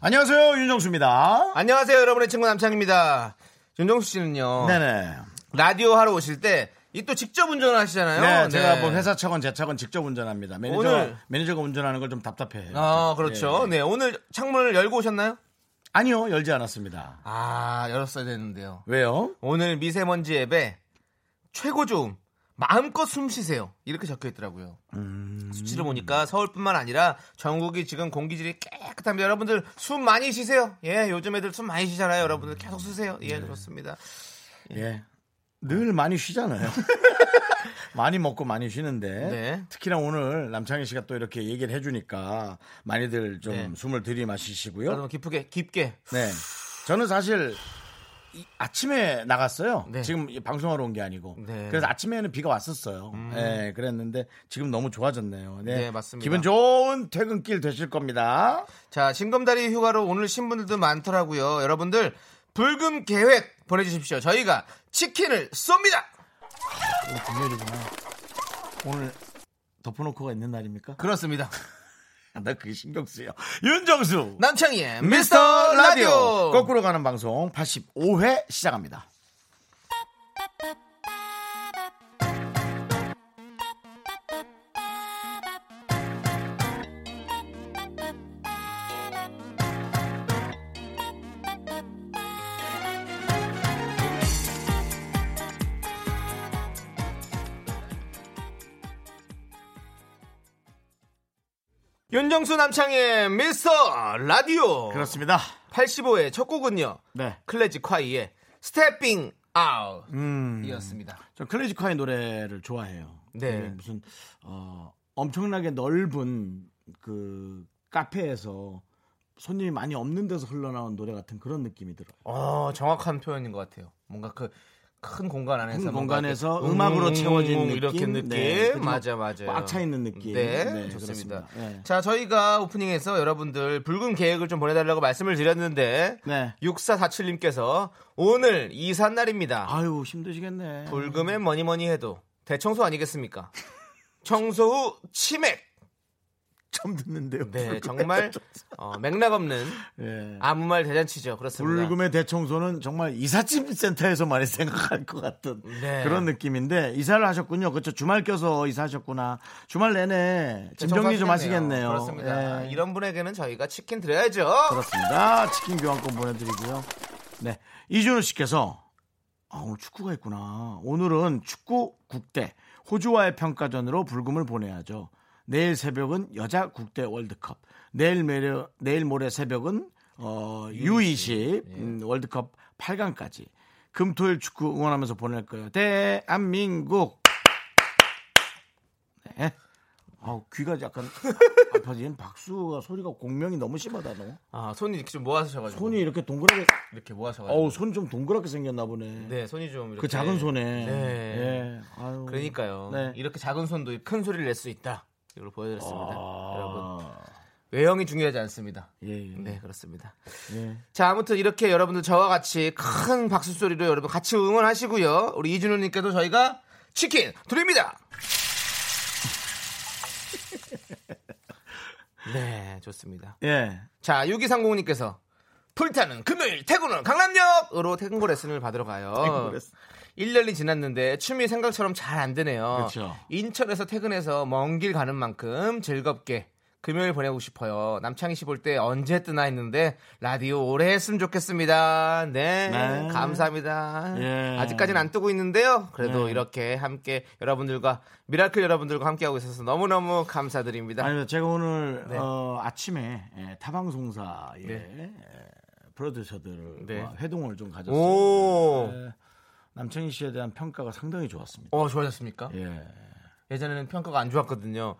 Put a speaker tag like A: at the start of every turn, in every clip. A: 안녕하세요 윤정수입니다.
B: 안녕하세요, 여러분의 친구 남창입니다. 윤정수 씨는요.
A: 네네.
B: 라디오 하러 오실 때 이 또 직접 운전을 하시잖아요.
A: 네,
B: 네.
A: 제가 뭐 회사 차건 제 차건 직접 운전합니다. 매니저가
B: 오늘-
A: 매니저가 운전하는 걸 좀 답답해요.
B: 아, 그렇죠. 네, 오늘 창문을 열고 오셨나요?
A: 아니요 열지 않았습니다.
B: 아, 열었어야 되는데요.
A: 왜요?
B: 오늘 미세먼지 앱에 최고 좋음 마음껏 숨 쉬세요 이렇게 적혀 있더라고요. 수치를 보니까 서울뿐만 아니라 전국이 지금 공기질이 깨끗합니다. 여러분들 숨 많이 쉬세요. 예, 요즘 애들 숨 많이 쉬잖아요. 여러분들 계속 쉬세요. 예, 그렇습니다.
A: 예. 늘 많이 쉬잖아요. 많이 먹고 많이 쉬는데
B: 네.
A: 특히나 오늘 남창희 씨가 또 이렇게 얘기를 해주니까 많이들 좀
B: 네.
A: 숨을 들이마시시고요.
B: 여러분 깊게 깊게
A: 네, 저는 사실 이- 아침에 나갔어요.
B: 네.
A: 지금 이 방송하러 온 게 아니고
B: 네.
A: 그래서 아침에는 비가 왔었어요. 네, 그랬는데 지금 너무 좋아졌네요. 네,
B: 네, 맞습니다.
A: 기분 좋은 퇴근길 되실 겁니다.
B: 자, 징검다리 휴가로 오늘 신분들도 많더라고요. 여러분들 불금 계획 보내주십시오. 저희가 치킨을 쏩니다.
A: 오늘 금요일이구나. 오늘 덮어놓고가 있는 날입니까?
B: 그렇습니다.
A: 아, 나 그게 신경 쓰여. 윤정수
B: 남창희의 미스터 라디오.
A: 거꾸로 가는 방송 85회 시작합니다.
B: 윤정수 남창희의 미스터 라디오.
A: 그렇습니다.
B: 85의 첫 곡은요.
A: 네.
B: 클래지 콰이의 스태핑 아웃
A: 음.
B: 이었습니다.
A: 저 클래식화의 노래를 좋아해요.
B: 네.
A: 이게 무슨 어, 엄청나게 넓은 그 카페에서 손님이 많이 없는 데서 흘러나온 노래 같은 그런 느낌이 들어요.
B: 어, 정확한 표현인 것 같아요. 뭔가 그 큰 공간 안에서
A: 큰
B: 뭔가
A: 공간에서
B: 이렇게
A: 음악으로 채워진
B: 웅웅웅 이렇게
A: 느낌?
B: 느낌
A: 네, 그죠?
B: 맞아 맞아
A: 꽉차 있는 느낌.
B: 네,
A: 네,
B: 좋습니다
A: 그렇습니다. 네.
B: 자 저희가 오프닝에서 여러분들 붉은 계획을 좀 보내달라고 말씀을 드렸는데
A: 네.
B: 6447님께서 오늘 이삿날입니다
A: 아유 힘드시겠네.
B: 불금에 뭐니 뭐니 해도 대청소 아니겠습니까? 청소 후 치맥.
A: 처음 듣는데요.
B: 네, 정말 어, 맥락 없는
A: 예.
B: 아무 말 대잔치죠. 그렇습니다.
A: 불금의 대청소는 정말 이삿짐 센터에서 많이 생각할 것 같은
B: 네.
A: 그런 느낌인데 이사를 하셨군요. 그렇죠. 주말 껴서 이사하셨구나. 주말 내내 짐 정리 좀 하시겠네요.
B: 네, 그렇습니다. 아,
A: 예.
B: 이런 분에게는 저희가 치킨 드려야죠.
A: 그렇습니다. 치킨 교환권 보내드리고요. 네. 이준호 씨께서 아, 오늘 축구가 있구나. 오늘은 축구 국대 호주와의 평가전으로 불금을 보내야죠. 내일 새벽은 여자 국대 월드컵. 내일 매려, 내일 모레 새벽은 어, U20 음, 월드컵 8강까지 금토일 축구 응원하면서 보낼 거예요. 대한민국. 네. 아, 귀가 약간 아파진 박수가 소리가 공명이 너무 심하다 너.
B: 아, 손이 이렇게 좀 모아서셔가지고.
A: 손이 이렇게 동그랗게
B: 이렇게 모아서가지고.
A: 어우 손 좀 동그랗게 생겼나 보네.
B: 네, 손이 좀 이렇게.
A: 그 작은 손에.
B: 네.
A: 예. 아유.
B: 그러니까요.
A: 네.
B: 이렇게 작은 손도 큰 소리를 낼 수 있다. 이걸 보여드렸습니다.
A: 아,
B: 여러분 외형이 중요하지 않습니다.
A: 예, 예.
B: 네, 그렇습니다.
A: 예.
B: 자, 아무튼 이렇게 여러분들 저와 같이 큰 박수 소리로 여러분 같이 응원하시고요. 우리 이준호님께도 저희가 치킨 드립니다. 네, 좋습니다.
A: 예.
B: 자, 6230님께서 풀타는 금요일 퇴근은 강남역으로 퇴근고 레슨을 받으러 가요.
A: 퇴근고 레슨.
B: 1년이 지났는데 춤이 생각처럼 잘 안 되네요.
A: 그쵸.
B: 인천에서 퇴근해서 먼 길 가는 만큼 즐겁게 금요일 보내고 싶어요. 남창희 씨 볼 때 언제 뜨나 했는데 라디오 오래 했으면 좋겠습니다. 네,
A: 네.
B: 감사합니다.
A: 예.
B: 아직까지는 안 뜨고 있는데요. 그래도
A: 네.
B: 이렇게 함께 여러분들과 미라클 여러분들과 함께하고 있어서 너무너무 감사드립니다.
A: 아니 제가 오늘
B: 네.
A: 어, 아침에 예, 타방송사의
B: 네.
A: 예, 프로듀서들과
B: 네.
A: 회동을 좀 가졌어요.
B: 오,
A: 예, 남창희 씨에 대한 평가가 상당히 좋았습니다.
B: 어 좋아졌습니까?
A: 예.
B: 예전에는 평가가 안 좋았거든요.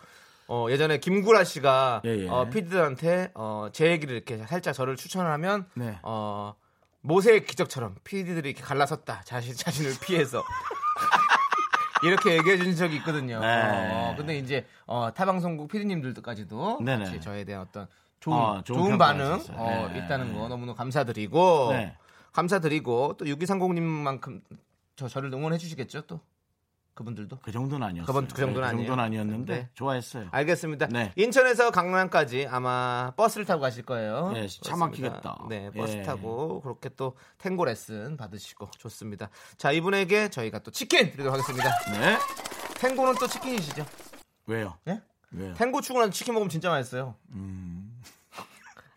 B: 어, 예전에 김구라 씨가
A: 예, 예.
B: 어, 피디들한테 어, 제 얘기를 이렇게 살짝 저를 추천하면
A: 네.
B: 어, 모세의 기적처럼 피디들이 이렇게 갈라섰다 자신 자신을 피해서 이렇게 얘기해 준 적이 있거든요.
A: 네.
B: 어, 근데 이제 어, 타방송국 피디님들까지도
A: 네네.
B: 같이 저에 대한 어떤 좋은,
A: 아, 좋은
B: 좋은,
A: 평가를
B: 반응
A: 하셨어요.
B: 어,
A: 네.
B: 있다는 거 너무너무 감사드리고
A: 네.
B: 감사드리고 또 6230님만큼 저 저를 응원해 주시겠죠 또 그분들도
A: 그 정도는 아니었어요.
B: 그건 그 정도는
A: 네, 그 정도는
B: 아니에요.
A: 아니었는데
B: 네.
A: 좋아했어요.
B: 알겠습니다.
A: 네.
B: 인천에서 강남까지 아마 버스를 타고 가실 거예요.
A: 네, 차
B: 그렇습니다.
A: 막히겠다.
B: 네, 버스
A: 예.
B: 타고 그렇게 또 탱고 레슨 받으시고 좋습니다. 자, 이분에게 저희가 또 치킨 드리도록 하겠습니다.
A: 네.
B: 탱고는 또 치킨이시죠?
A: 왜요?
B: 네?
A: 왜요?
B: 탱고 출근한 치킨 먹으면 진짜 맛있어요.
A: 음.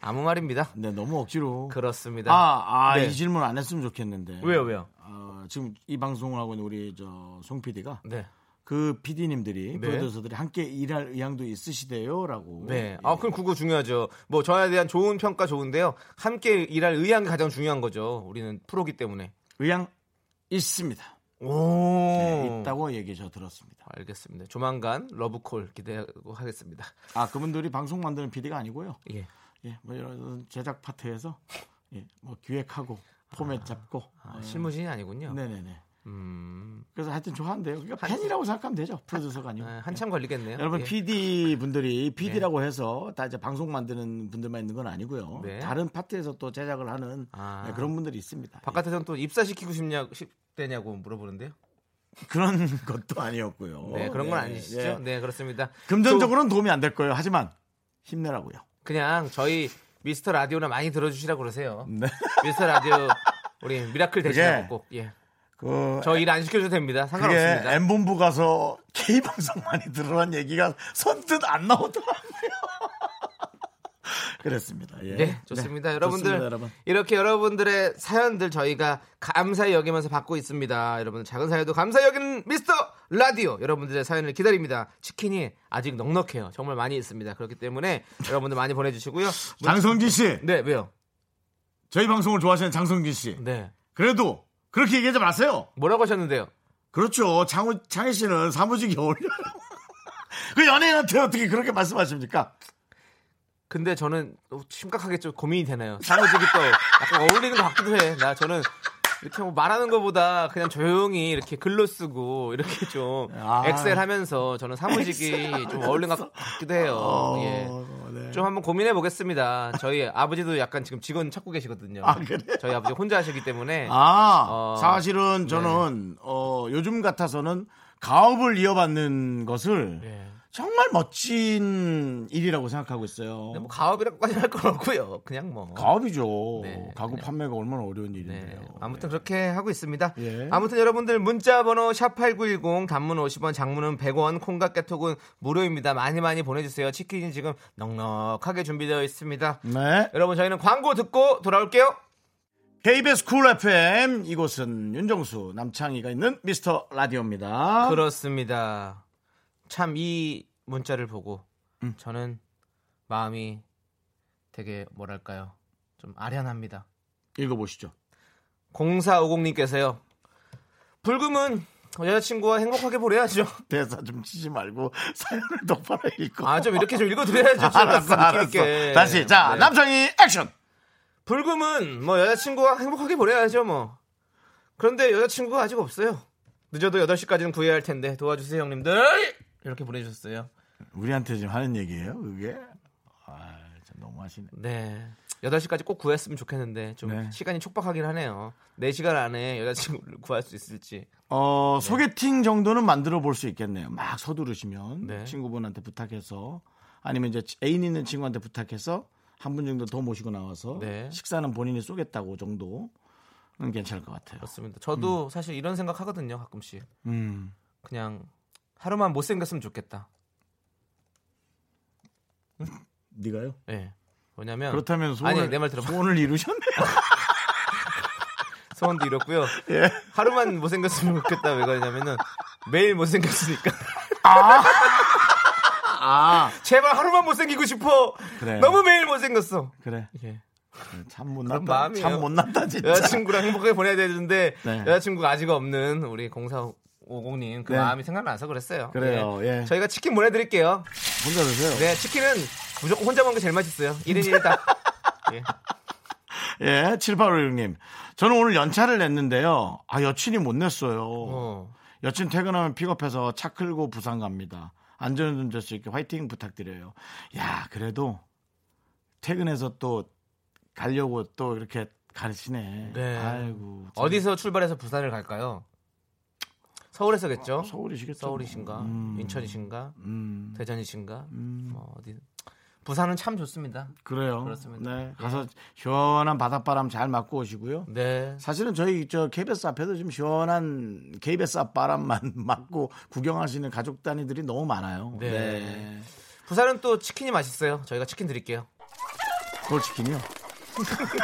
B: 아무 말입니다.
A: 근데 너무 억지로.
B: 그렇습니다.
A: 아, 아,
B: 네.
A: 이 질문 안 했으면 좋겠는데.
B: 왜요, 왜요?
A: 어, 지금 이 방송을 하고 있는 우리 저 송 PD가
B: 네.
A: 그 PD님들이
B: 네.
A: 프로듀서들이 함께 일할 의향도 있으시대요라고.
B: 네. 아, 그럼 그거 중요하죠. 뭐 저에 대한 좋은 평가 좋은데요. 함께 일할 의향이 가장 중요한 거죠. 우리는 프로기 때문에.
A: 의향 있습니다.
B: 오.
A: 네, 있다고 얘기 저 들었습니다.
B: 알겠습니다. 조만간 러브콜 기대하고 하겠습니다.
A: 아 그분들이 방송 만드는 PD가 아니고요.
B: 예.
A: 예, 뭐 이런 제작 파트에서 예, 뭐 기획하고 포맷 잡고.
B: 아, 실무진이 아니군요.
A: 네네네.
B: 음,
A: 그래서 하여튼 좋아한대요. 그러니까 팬이라고 생각하면 되죠. 프로듀서가 아니고.
B: 아, 한참 걸리겠네요.
A: 여러분
B: 예.
A: PD 분들이 PD라고 해서 다 이제 방송 만드는 분들만 있는 건 아니고요.
B: 네.
A: 다른 파트에서 또 제작을 하는
B: 아.
A: 네, 그런 분들이 있습니다.
B: 바깥에선 또 입사시키고 싶냐 싶대냐고 물어보는데요.
A: 예, 그런 것도 아니었고요.
B: 네, 그런 건
A: 네,
B: 아니시죠?
A: 예.
B: 네, 그렇습니다.
A: 금전적으로는 도움이 안 될 거예요. 하지만 힘내라고요.
B: 또 그냥 저희 미스터 라디오나 많이 들어주시라고 그러세요.
A: 네.
B: 미스터 라디오 우리 미라클
A: 그게-
B: 대신하고 꼭 예.
A: 그
B: 저 일 안 시켜줘도 됩니다.
A: 그게
B: 상관없습니다.
A: M 본부 가서 K 방송 많이 들으란 얘기가 선뜻 안 나오더라고요. 그랬습니다. 예.
B: 네, 좋습니다.
A: 네,
B: 여러분들
A: 좋습니다, 여러분.
B: 이렇게 여러분들의 사연들 저희가 감사히 여기면서 받고 있습니다. 여러분들 작은 사연도 감사히 여기는 미스터 라디오 여러분들의 사연을 기다립니다. 치킨이 아직 넉넉해요. 정말 많이 있습니다. 그렇기 때문에 여러분들 많이 보내주시고요. 문-
A: 장성진 씨,
B: 네, 왜요?
A: 저희 방송을 좋아하시는 장성진 씨.
B: 네,
A: 그래도 그렇게 얘기하지 마세요.
B: 뭐라고 하셨는데요?
A: 그렇죠. 장우, 창희 씨는 사무직이 어울려요. 그 연예인한테 어떻게 그렇게 말씀하십니까?
B: 근데 저는 또 심각하게 좀 고민이 되나요? 사무직이 또 약간 어울리는 것 같기도 해. 나 저는 이렇게 뭐 말하는 것보다 그냥 조용히 이렇게 글로 쓰고 이렇게 좀
A: 아.
B: 엑셀 하면서 저는 사무직이 좀 어울리는 것 같기도 해요.
A: 어,
B: 예.
A: 네.
B: 좀 한번 고민해 보겠습니다. 저희 아버지도 약간 지금 직원 찾고 계시거든요.
A: 아, 그래요?
B: 저희 아버지 혼자 하시기 때문에
A: 아,
B: 어,
A: 사실은 저는 어, 요즘 같아서는 가업을 이어받는 것을
B: 예.
A: 정말 멋진 일이라고 생각하고 있어요.
B: 근데 뭐 가업이라고까지 할 건 없고요. 그냥 뭐
A: 가업이죠.
B: 네,
A: 가구
B: 그냥.
A: 판매가 얼마나 어려운
B: 네.
A: 일인데요.
B: 아무튼 그렇게 하고 있습니다.
A: 예.
B: 아무튼 여러분들 문자 번호 샵8910 단문 50원 장문은 100원 콩과 깨톡은 무료입니다. 많이 많이 보내주세요. 치킨이 지금 넉넉하게 준비되어 있습니다.
A: 네.
B: 여러분 저희는 광고 듣고 돌아올게요.
A: KBS 쿨 FM 이곳은 윤정수 남창희가 있는 미스터 라디오입니다.
B: 그렇습니다. 참 이 문자를 보고 저는 마음이 되게 뭐랄까요. 좀 아련합니다.
A: 읽어보시죠.
B: 0450님께서요. 불금은 여자친구와 행복하게 보내야죠.
A: 대사 좀 치지 말고 사연을 똑바로 읽고.
B: 아, 좀 이렇게 좀 읽어드려야죠. 좀
A: 알았어,
B: 느낌
A: 알았어.
B: 있게.
A: 다시 자
B: 네.
A: 남창희 액션.
B: 불금은 뭐 여자친구와 행복하게 보내야죠, 뭐. 그런데 여자친구가 아직 없어요. 늦어도 8시까지는 구해야 할 텐데 도와주세요, 형님들! 이렇게 보내주셨어요.
A: 우리한테 지금 하는 얘기예요, 그게? 아, 참 너무하시네.
B: 네. 8시까지 꼭 구했으면 좋겠는데 좀
A: 네.
B: 시간이 촉박하긴 하네요. 4시간 안에 여자친구를 구할 수 있을지.
A: 어,
B: 네.
A: 소개팅 정도는 만들어 볼 수 있겠네요. 막 서두르시면
B: 네.
A: 친구분한테 부탁해서 아니면 이제 애인 있는 친구한테 부탁해서 한 분 정도 더 모시고 나와서
B: 네.
A: 식사는 본인이 쏘겠다고 정도는 괜찮을 것 같아요.
B: 그렇습니다. 저도 사실 이런 생각 하거든요, 가끔씩.
A: 음.
B: 그냥 하루만 못생겼으면 좋겠다.
A: 네가요?
B: 예. 왜냐면
A: 그렇다면 소원을
B: 아니, 내 말 들어봐.
A: 소원을 이루셨네요.
B: 소원도 이렇고요.
A: 예.
B: 하루만 못생겼으면 좋겠다. 왜 그러냐면은 매일 못생겼으니까.
A: 아,
B: 제발 하루만 못생기고 싶어.
A: 그래.
B: 너무 매일 못생겼어.
A: 그래.
B: 예.
A: 참 못났다.
B: 마음이에요.
A: 참 못났다 진짜.
B: 여자친구랑 행복하게 보내야 되는데
A: 네.
B: 여자친구가 아직 없는 우리 공사 5050님 그
A: 네.
B: 마음이 생각나서 그랬어요.
A: 그래요, 예.
B: 저희가 치킨 보내드릴게요.
A: 혼자 드세요.
B: 네, 치킨은 무조건 혼자 먹는 게 제일 맛있어요. 1인 1닭. 예.
A: 예, 7856님. 저는 오늘 연차를 냈는데요. 아, 여친이 못 냈어요.
B: 어.
A: 여친 퇴근하면 픽업해서 차 끌고 부산 갑니다. 안전운전 수 있게 화이팅 부탁드려요. 야, 그래도 퇴근해서 또 가려고 또 이렇게 가르치네.
B: 네.
A: 아이고. 참.
B: 어디서 출발해서 부산을 갈까요? 서울에서겠죠?
A: 아, 서울이시겠죠?
B: 서울이신가?
A: 음.
B: 인천이신가?
A: 음,
B: 대전이신가?
A: 음.
B: 뭐 어디? 부산은 참 좋습니다.
A: 그래요.
B: 그렇습니다.
A: 네. 가서 시원한 바닷바람 잘 맞고 오시고요.
B: 네.
A: 사실은 저희 저 KBS 앞에도 지금 시원한 KBS 앞바람만 맞고 구경하시는 가족 단위들이 너무 많아요.
B: 네. 부산은 또 치킨이 맛있어요. 저희가 치킨 드릴게요.
A: 돌치킨이요.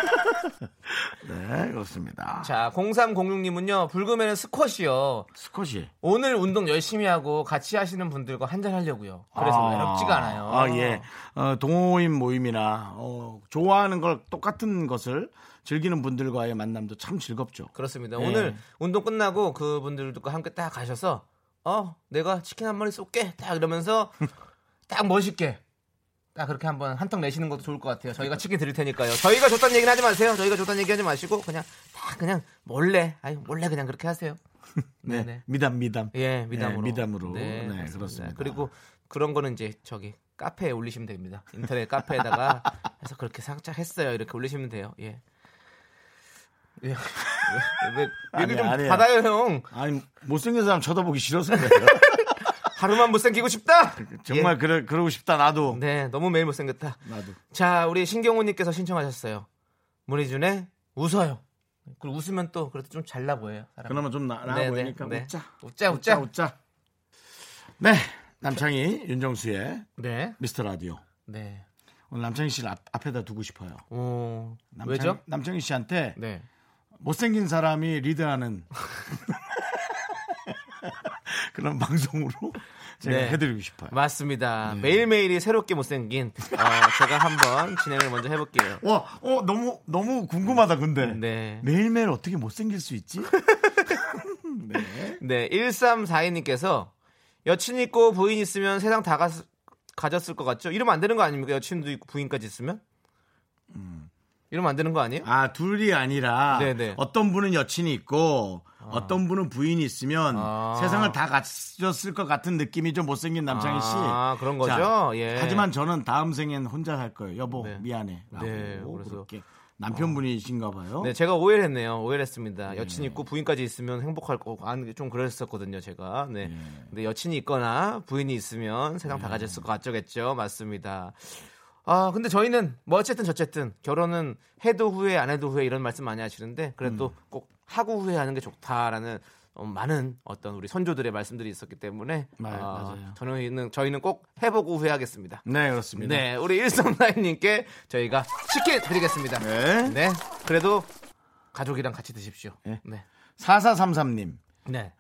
A: 네, 그렇습니다.
B: 자, 0306님은요. 불금에는 스쿼시요.
A: 스쿼시.
B: 오늘 운동 열심히 하고 같이 하시는 분들과 한잔 하려고요. 그래서
A: 아.
B: 외롭지가 않아요.
A: 아, 예. 어, 동호인 모임이나 어, 좋아하는 걸 똑같은 것을 즐기는 분들과의 만남도 참 즐겁죠.
B: 그렇습니다.
A: 예.
B: 오늘 운동 끝나고 그분들과 함께 딱 가셔서 어 내가 치킨 한 마리 쏠게 딱 이러면서 딱 멋있게 딱 그렇게 한번 한턱 내시는 것도 좋을 것 같아요. 저희가 치킨 드릴 테니까요. 저희가 줬다는 얘기는 하지 마세요. 저희가 줬다는 얘기 하지 마시고 그냥 딱 그냥 몰래 아니 몰래 그냥 그렇게 하세요.
A: 네.
B: 네네.
A: 미담 미담.
B: 예 미담으로
A: 예, 미담으로. 네, 그렇습니다.
B: 그리고 그런 거는 이제 저기 카페에 올리시면 됩니다. 인터넷 카페에다가 해서 그렇게 살짝 했어요. 이렇게 올리시면 돼요. 예. 예. 왜, 왜, 얘기
A: 아니야,
B: 좀
A: 아니야.
B: 받아요, 형.
A: 아니, 못생긴 사람 쳐다보기 싫어서 그래요.
B: 하루만 못생기고 싶다.
A: 정말 그래, 그러고 싶다 나도.
B: 예. 네, 너무 매일 못생겼다.
A: 나도.
B: 자, 우리 신경호님께서 신청하셨어요. 문희준의 웃어요. 그리고 웃으면 또 그래도 좀 잘나 보여요. 사람.
A: 그나마 좀 나, 나아
B: 네,
A: 보이니까
B: 네, 네.
A: 웃자.
B: 웃자, 웃자.
A: 웃자. 네, 남창희, 윤정수의
B: 네,
A: 미스터 라디오.
B: 네.
A: 오늘 남창희 씨를 앞, 앞에다 두고 싶어요.
B: 어,
A: 남창희-
B: 왜죠?
A: 남창희 씨한테
B: 네.
A: 못생긴 사람이 리드하는 그런 방송으로 제가
B: 네.
A: 해드리고 싶어요.
B: 맞습니다. 매일매일이 새롭게 못생긴 어, 제가 한번 진행을 먼저 해볼게요.
A: 와, 어, 너무, 너무 궁금하다, 근데.
B: 네.
A: 매일매일 어떻게 못생길 수 있지?
B: 네, 1342님께서 여친 있고 부인 있으면 세상 다 가, 가졌을 것 같죠? 이러면 안 되는 거 아닙니까? 여친도 있고 부인까지 있으면? 음. 이러면 안 되는 거 아니에요?
A: 아, 둘이 아니라
B: 네네.
A: 어떤 분은 여친이 있고 어떤 분은 부인이 있으면
B: 아.
A: 세상을 다 가졌을 것 같은 느낌이 좀 못생긴 남창희 씨.
B: 아, 그런 거죠? 예.
A: 하지만 저는 다음 생엔 혼자 살 거예요. 여보,
B: 네.
A: 미안해. 라고
B: 네, 그래서-
A: 그렇게 남편분이신가 봐요.
B: 네, 제가 오해를 했네요. 오해를 했습니다.
A: 예.
B: 여친 있고 부인까지 있으면 행복할 거고, 안, 좀 그랬었거든요, 제가. 네.
A: 예.
B: 근데 여친이 있거나 부인이 있으면 세상 다 가졌을 것 같죠겠죠? 맞습니다. 아, 근데 저희는 뭐 어쨌든 저쨌든 결혼은 해도 후회, 안 해도 후회 이런 말씀 많이 하시는데 그래도
A: 음.
B: 꼭 하고 후회하는 게 좋다라는 어, 많은 어떤 우리 선조들의 말씀들이 있었기 때문에
A: 마-
B: 아,
A: 맞아요.
B: 저는 저희는 꼭 해보고 후회하겠습니다.
A: 네, 그렇습니다.
B: 네, 우리 일성라인님께 저희가 치킨 드리겠습니다.
A: 네.
B: 네, 그래도 가족이랑 같이 드십시오.
A: 네.
B: 네. 네.
A: 4433님.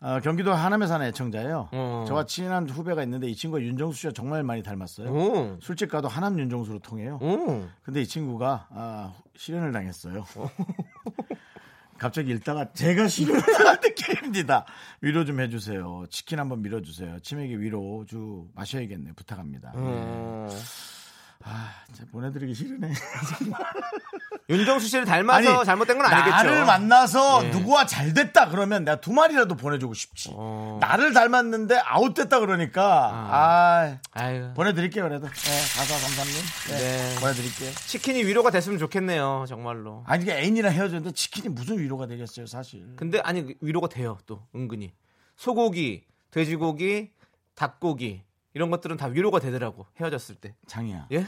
A: 어, 경기도 하남에 사는 애청자예요.
B: 어.
A: 저와 친한 후배가 있는데 이 친구가 윤정수 씨와 정말 많이 닮았어요.
B: 오.
A: 술집 가도 하남 윤정수로 통해요.
B: 오.
A: 근데 이 친구가 아, 실현을 당했어요. 갑자기 읽다가 제가 실현을 당한 느낌입니다. 위로 좀 해주세요. 치킨 한번 밀어주세요. 치맥에 위로 주 마셔야겠네. 요 부탁합니다.
B: 어.
A: 아, 진짜 보내드리기 싫으네.
B: 윤정수 씨를 닮아서 잘못된 건 아니겠죠?
A: 나를 만나서
B: 예.
A: 누구와 잘 됐다 그러면 내가 두 마리라도 보내주고 싶지.
B: 어.
A: 나를 닮았는데 아웃됐다 그러니까 아,
B: 아유.
A: 보내드릴게요 그래도. 가사 감사님.
B: 네.
A: 보내드릴게요.
B: 치킨이 위로가 됐으면 좋겠네요, 정말로.
A: 아니 이게 애인이랑 헤어졌는데 치킨이 무슨 위로가 되겠어요 사실.
B: 근데 아니 위로가 돼요, 또 은근히 소고기, 돼지고기, 닭고기 이런 것들은 다 위로가 되더라고 헤어졌을 때.
A: 장이야.
B: 예?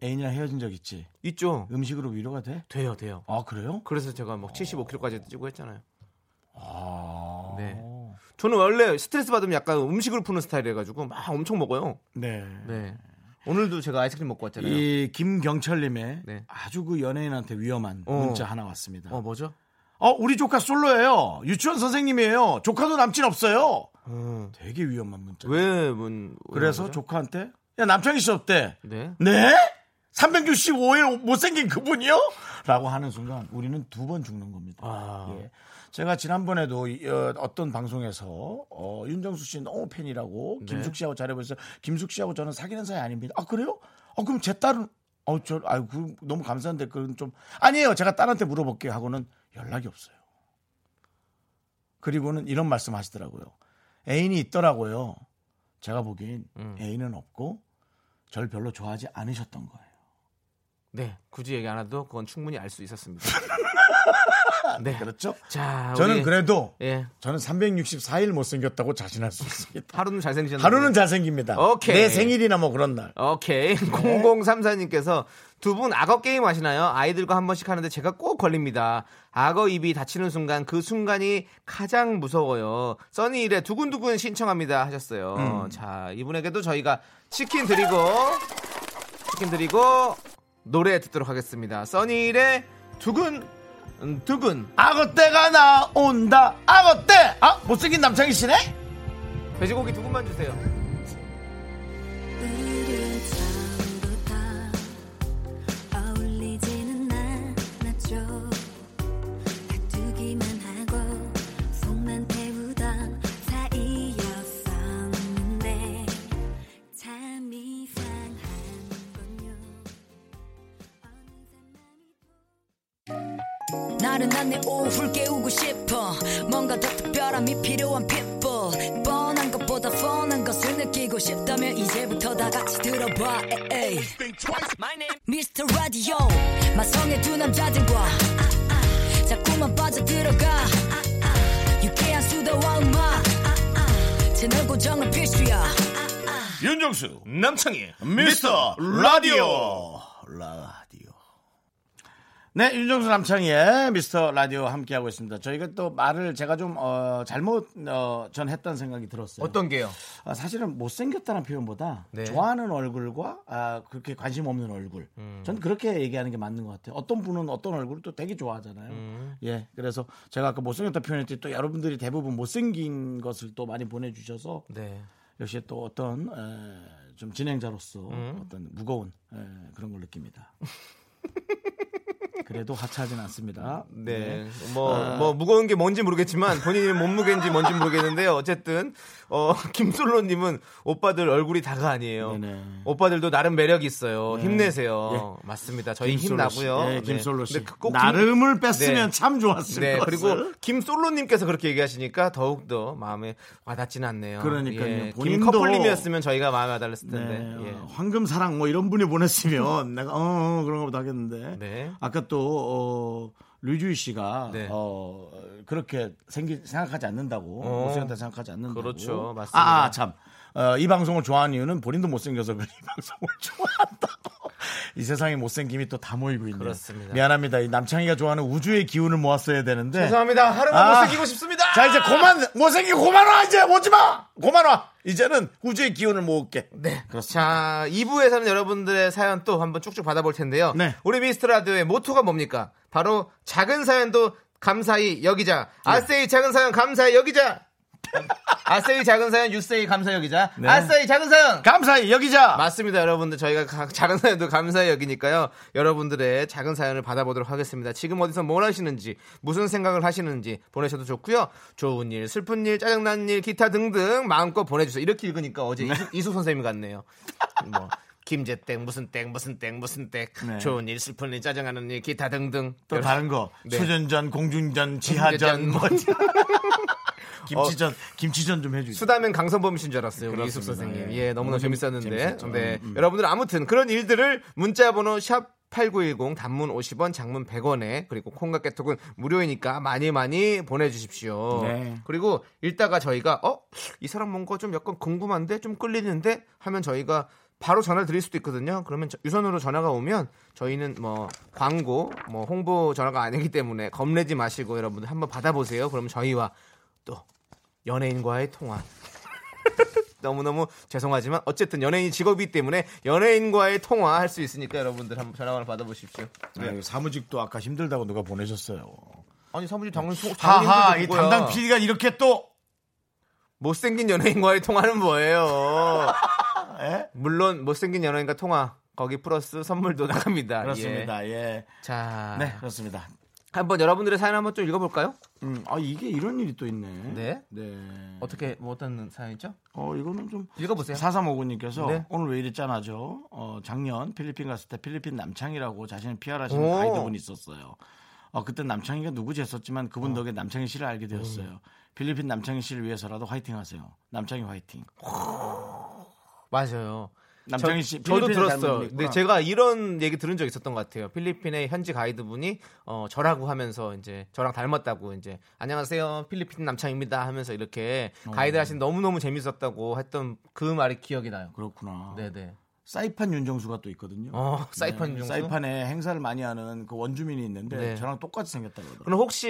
A: 애인이랑 헤어진 적 있지?
B: 있죠.
A: 음식으로 위로가 돼?
B: 돼요, 돼요.
A: 아 그래요?
B: 그래서 제가 막 75kg까지 찌고 했잖아요.
A: 아.
B: 네. 저는 원래 스트레스 받으면 약간 음식으로 푸는 스타일이라가지고 막 엄청 먹어요.
A: 네.
B: 네. 오늘도 제가 아이스크림 먹고 왔잖아요.
A: 이 김경철님의
B: 네.
A: 아주 그 연예인한테 위험한
B: 어.
A: 문자 하나 왔습니다.
B: 어 뭐죠?
A: 어, 우리 조카 솔로예요. 유치원 선생님이에요. 조카도 남친 없어요. 되게 위험한 문자.
B: 왜문
A: 그래서 조카한테 야 남창희 씨 없대.
B: 네.
A: 네? 365일 못생긴 그분이요? 라고 하는 순간 우리는 두 번 죽는 겁니다.
B: 아.
A: 예. 제가 지난번에도 이, 어, 어떤 방송에서 어, 윤정수 씨 너무 팬이라고 김숙 씨하고 잘해보셔서 김숙 씨하고 저는 사귀는 사이 아닙니다. 아 그래요? 아 그럼 제 딸은 어, 저, 아유, 그, 너무 감사한데, 그건 좀, 아니에요. 제가 딸한테 물어볼게요. 하고는 연락이 없어요. 그리고는 이런 말씀 하시더라고요. 애인이 있더라고요. 제가 보기엔 애인은 없고, 절 별로 좋아하지 않으셨던 거예요.
B: 네, 굳이 얘기 안 해도 그건 충분히 알 수 있었습니다. 네.
A: 그렇죠?
B: 자,
A: 저는
B: 우리-
A: 그래도,
B: 예.
A: 저는 364일 못생겼다고 자신할 수 있습니다.
B: 하루는 잘생기셨나요?
A: 하루는 잘생깁니다.
B: 오케이.
A: 내 생일이나 뭐 그런 날.
B: 오케이. 0034님께서 두 분 악어 게임 하시나요? 아이들과 한 번씩 하는데 제가 꼭 걸립니다. 악어 입이 다치는 순간 그 순간이 가장 무서워요. 써니 일에 두근두근 신청합니다 하셨어요. 자, 이분에게도 저희가 치킨 드리고 치킨 드리고 노래 듣도록 하겠습니다. 써니 일에 두근 음, 두근
A: 악어 때가 나온다. 악어 때! 아, 못생긴 남창희 씨네?
B: 돼지고기 두근만 주세요.
C: 우리 전부 다 어울리지는 않았죠 다투기만 하고 속만 태우던 사이였었는데 참 이상한 건요 어느새 마음이
D: 나른한 내 오후를 깨우고 싶어 뭔가 더 특별함이 필요한 people 뻔한 것보다 뻔한 것을 느끼고 싶다면 이제부터 다 같이 들어봐 에이. Mr. Radio 마성의 두 남자들과 자꾸만 빠져들어가 유쾌한 수다와 음악 채널 고정은 필수야
A: 윤정수,
B: 남창희
A: 미스터 라디오 라디오 네 윤정수 남창희의 미스터 라디오 함께하고 있습니다 저희가 또 말을 제가 좀 어, 잘못 어, 전 했던 생각이 들었어요
B: 어떤 게요?
A: 아, 사실은 못생겼다는 표현보다
B: 네.
A: 좋아하는 얼굴과 아, 그렇게 관심 없는 얼굴
B: 음.
A: 전 그렇게 얘기하는 게 맞는 것 같아요 어떤 분은 어떤 얼굴을 또 되게 좋아하잖아요
B: 음.
A: 예 그래서 제가 아까 못생겼다 표현했더니 또 여러분들이 대부분 못생긴 것을 또 많이 보내주셔서
B: 네.
A: 역시 또 어떤 에, 좀 진행자로서
B: 음.
A: 어떤 무거운 에, 그런 걸 느낍니다. 그래도 하차하진 않습니다.
B: 네. 뭐,
A: 아.
B: 뭐, 무거운 게 뭔지 모르겠지만, 본인이 몸무게인지 뭔지 모르겠는데요. 어쨌든, 어, 김솔로님은 오빠들 얼굴이 다가 아니에요.
A: 네네. 네. 예.
B: 오빠들도 나름 매력이 있어요. 힘내세요. 맞습니다. 저희
A: 김솔로 씨.
B: 힘나고요.
A: 예, 김솔로 씨.
B: 근데 그- 꼭 김-
A: 나름을 뺐으면
B: 네.
A: 참 좋았을
B: 네,
A: 것을.
B: 그리고 김솔로님께서 그렇게 얘기하시니까 더욱더 마음에 와닿진 않네요.
A: 그러니까요.
B: 예,
A: 본인도-
B: 김커플님이었으면 저희가 마음에 와닿았을 텐데.
A: 네,
B: 예.
A: 어, 황금 사랑 뭐 이런 분이 보냈으면 내가 어, 어, 그런 것도 하겠는데
B: 네.
A: 아까 또 어, 류주희 씨가
B: 네.
A: 어, 그렇게 생기 생각하지 않는다고
B: 어.
A: 못생겼다 생각하지 않는다고
B: 그렇죠. 맞습니다.
A: 아, 아, 참. 어, 이 방송을 좋아하는 이유는 본인도 못생겨서 그이 방송을 좋아한다고. 이 세상에 못생김이 또 다 모이고 있네요.
B: 그렇습니다.
A: 미안합니다. 이 남창희가 좋아하는 우주의 기운을 모았어야 되는데.
B: 죄송합니다. 하루만
A: 네. 아.
B: 못생기고 싶습니다.
A: 자 이제 고만 못생기고 고만 와 이제 오지 마. 고만 와. 이제는 우주의 기운을 모을게.
B: 네. 자, 2부에서는 여러분들의 사연 또 한번 쭉쭉 받아볼 텐데요.
A: 네.
B: 우리 미스트 라디오의 모토가 뭡니까? 바로 작은 사연도 감사히 여기자. 아세이 작은 사연 감사히 여기자. 아세이 작은 사연 유세이 감사히 여기자.
A: 네.
B: 아세이 작은 사연.
A: 감사히 여기자.
B: 맞습니다, 여러분들. 저희가 가- 작은 사연도 감사히 여기니까요. 여러분들의 작은 사연을 받아보도록 하겠습니다. 지금 어디서 뭘 하시는지, 무슨 생각을 하시는지 보내셔도 좋고요. 좋은 일, 슬픈 일, 짜증나는 일, 기타 등등 마음껏 보내주세요. 이렇게 읽으니까 어제
A: 네.
B: 이수, 이수 선생님 같네요. 뭐. 김제땡 무슨 땡 무슨 땡 무슨 땡
A: 네.
B: 좋은 일 슬픈 일 짜증나는 일 기타 등등
A: 또 다른 거
B: 네.
A: 수전전, 공중전, 지하전, 뭐 김치전, 김치전 좀 해주세요.
B: 수다맨 강선범이신 줄 알았어요. 우리 이숙
A: 그렇습니다.
B: 선생님.
A: 예.
B: 예, 너무나
A: 너무 재밌-
B: 재밌었는데.
A: 재밌었죠. 음,
B: 네. 여러분들 아무튼 그런 일들을 문자 번호 샵 8910 단문 50원, 장문 100원에 그리고 콩과 깨톡은 무료이니까 많이 많이 보내 주십시오.
A: 네.
B: 그리고 읽다가 저희가 어, 이 사람 뭔가 좀 약간 궁금한데 좀 끌리는데 하면 저희가 바로 전화 를 드릴 수도 있거든요. 그러면 저- 유선으로 전화가 오면 저희는 뭐 광고, 뭐 홍보 전화가 아니기 때문에 겁내지 마시고 여러분들 한번 받아보세요. 그러면 저희와 또 연예인과의 통화. 너무너무 죄송하지만 어쨌든 연예인이 직업이기 때문에 연예인과의 통화할 수 있으니까 여러분들 한번 전화번호 받아보십시오.
A: 아유, 네, 사무직도 아까 힘들다고 누가 보내셨어요.
B: 아니 사무실 당연 히
A: 하하, 이 담당 PD가 이렇게 또
B: 못생긴 연예인과의 통화는 뭐예요?
A: 예?
B: 물론 못생긴 연예인과 통화 거기 플러스 선물도 나갑니다. 예.
A: 그렇습니다. 아, 예.
B: 자,
A: 네, 그렇습니다.
B: 한번 여러분들의 사연 한번 좀 읽어볼까요?
A: 음, 아 이게 이런 일이 또 있네.
B: 네.
A: 네.
B: 어떻게 뭐 어떤 사연이죠?
A: 어 이거는 좀
B: 읽어보세요.
A: 4359님께서
B: 네.
A: 오늘 왜 이리 짠하죠? 어, 작년 필리핀 갔을 때 필리핀 남창이라고 자신을 피하라시는
B: 오.
A: 가이드분이 있었어요. 어, 그때 남창이가 누구지 했었지만
B: 어.
A: 그분 덕에 남창이 씨를 알게 되었어요.
B: 음.
A: 필리핀 남창이 씨를 위해서라도 화이팅 하세요. 남창이 화이팅.
B: 맞아요.
A: 남창희
B: 저-
A: 씨,
B: 저도
A: 필리핀에 닮은
B: 들었어요.
A: 분이
B: 네,
A: 있구나.
B: 제가 이런 얘기 들은 적 있었던 것 같아요. 필리핀의 현지 가이드분이 어, 저라고 하면서 이제 저랑 닮았다고 이제 안녕하세요 필리핀 남창입니다 하면서 이렇게
A: 어.
B: 가이드 하신 너무 너무 재밌었다고 했던 그 말이 기억이 나요.
A: 그렇구나.
B: 네네.
A: 사이판 윤정수가 또 있거든요.
B: 어 사이판 네,
A: 사이판에 행사를 많이 하는 그 원주민이 있는데
B: 네.
A: 저랑 똑같이 생겼다고 그러더라고요.
B: 그럼 혹시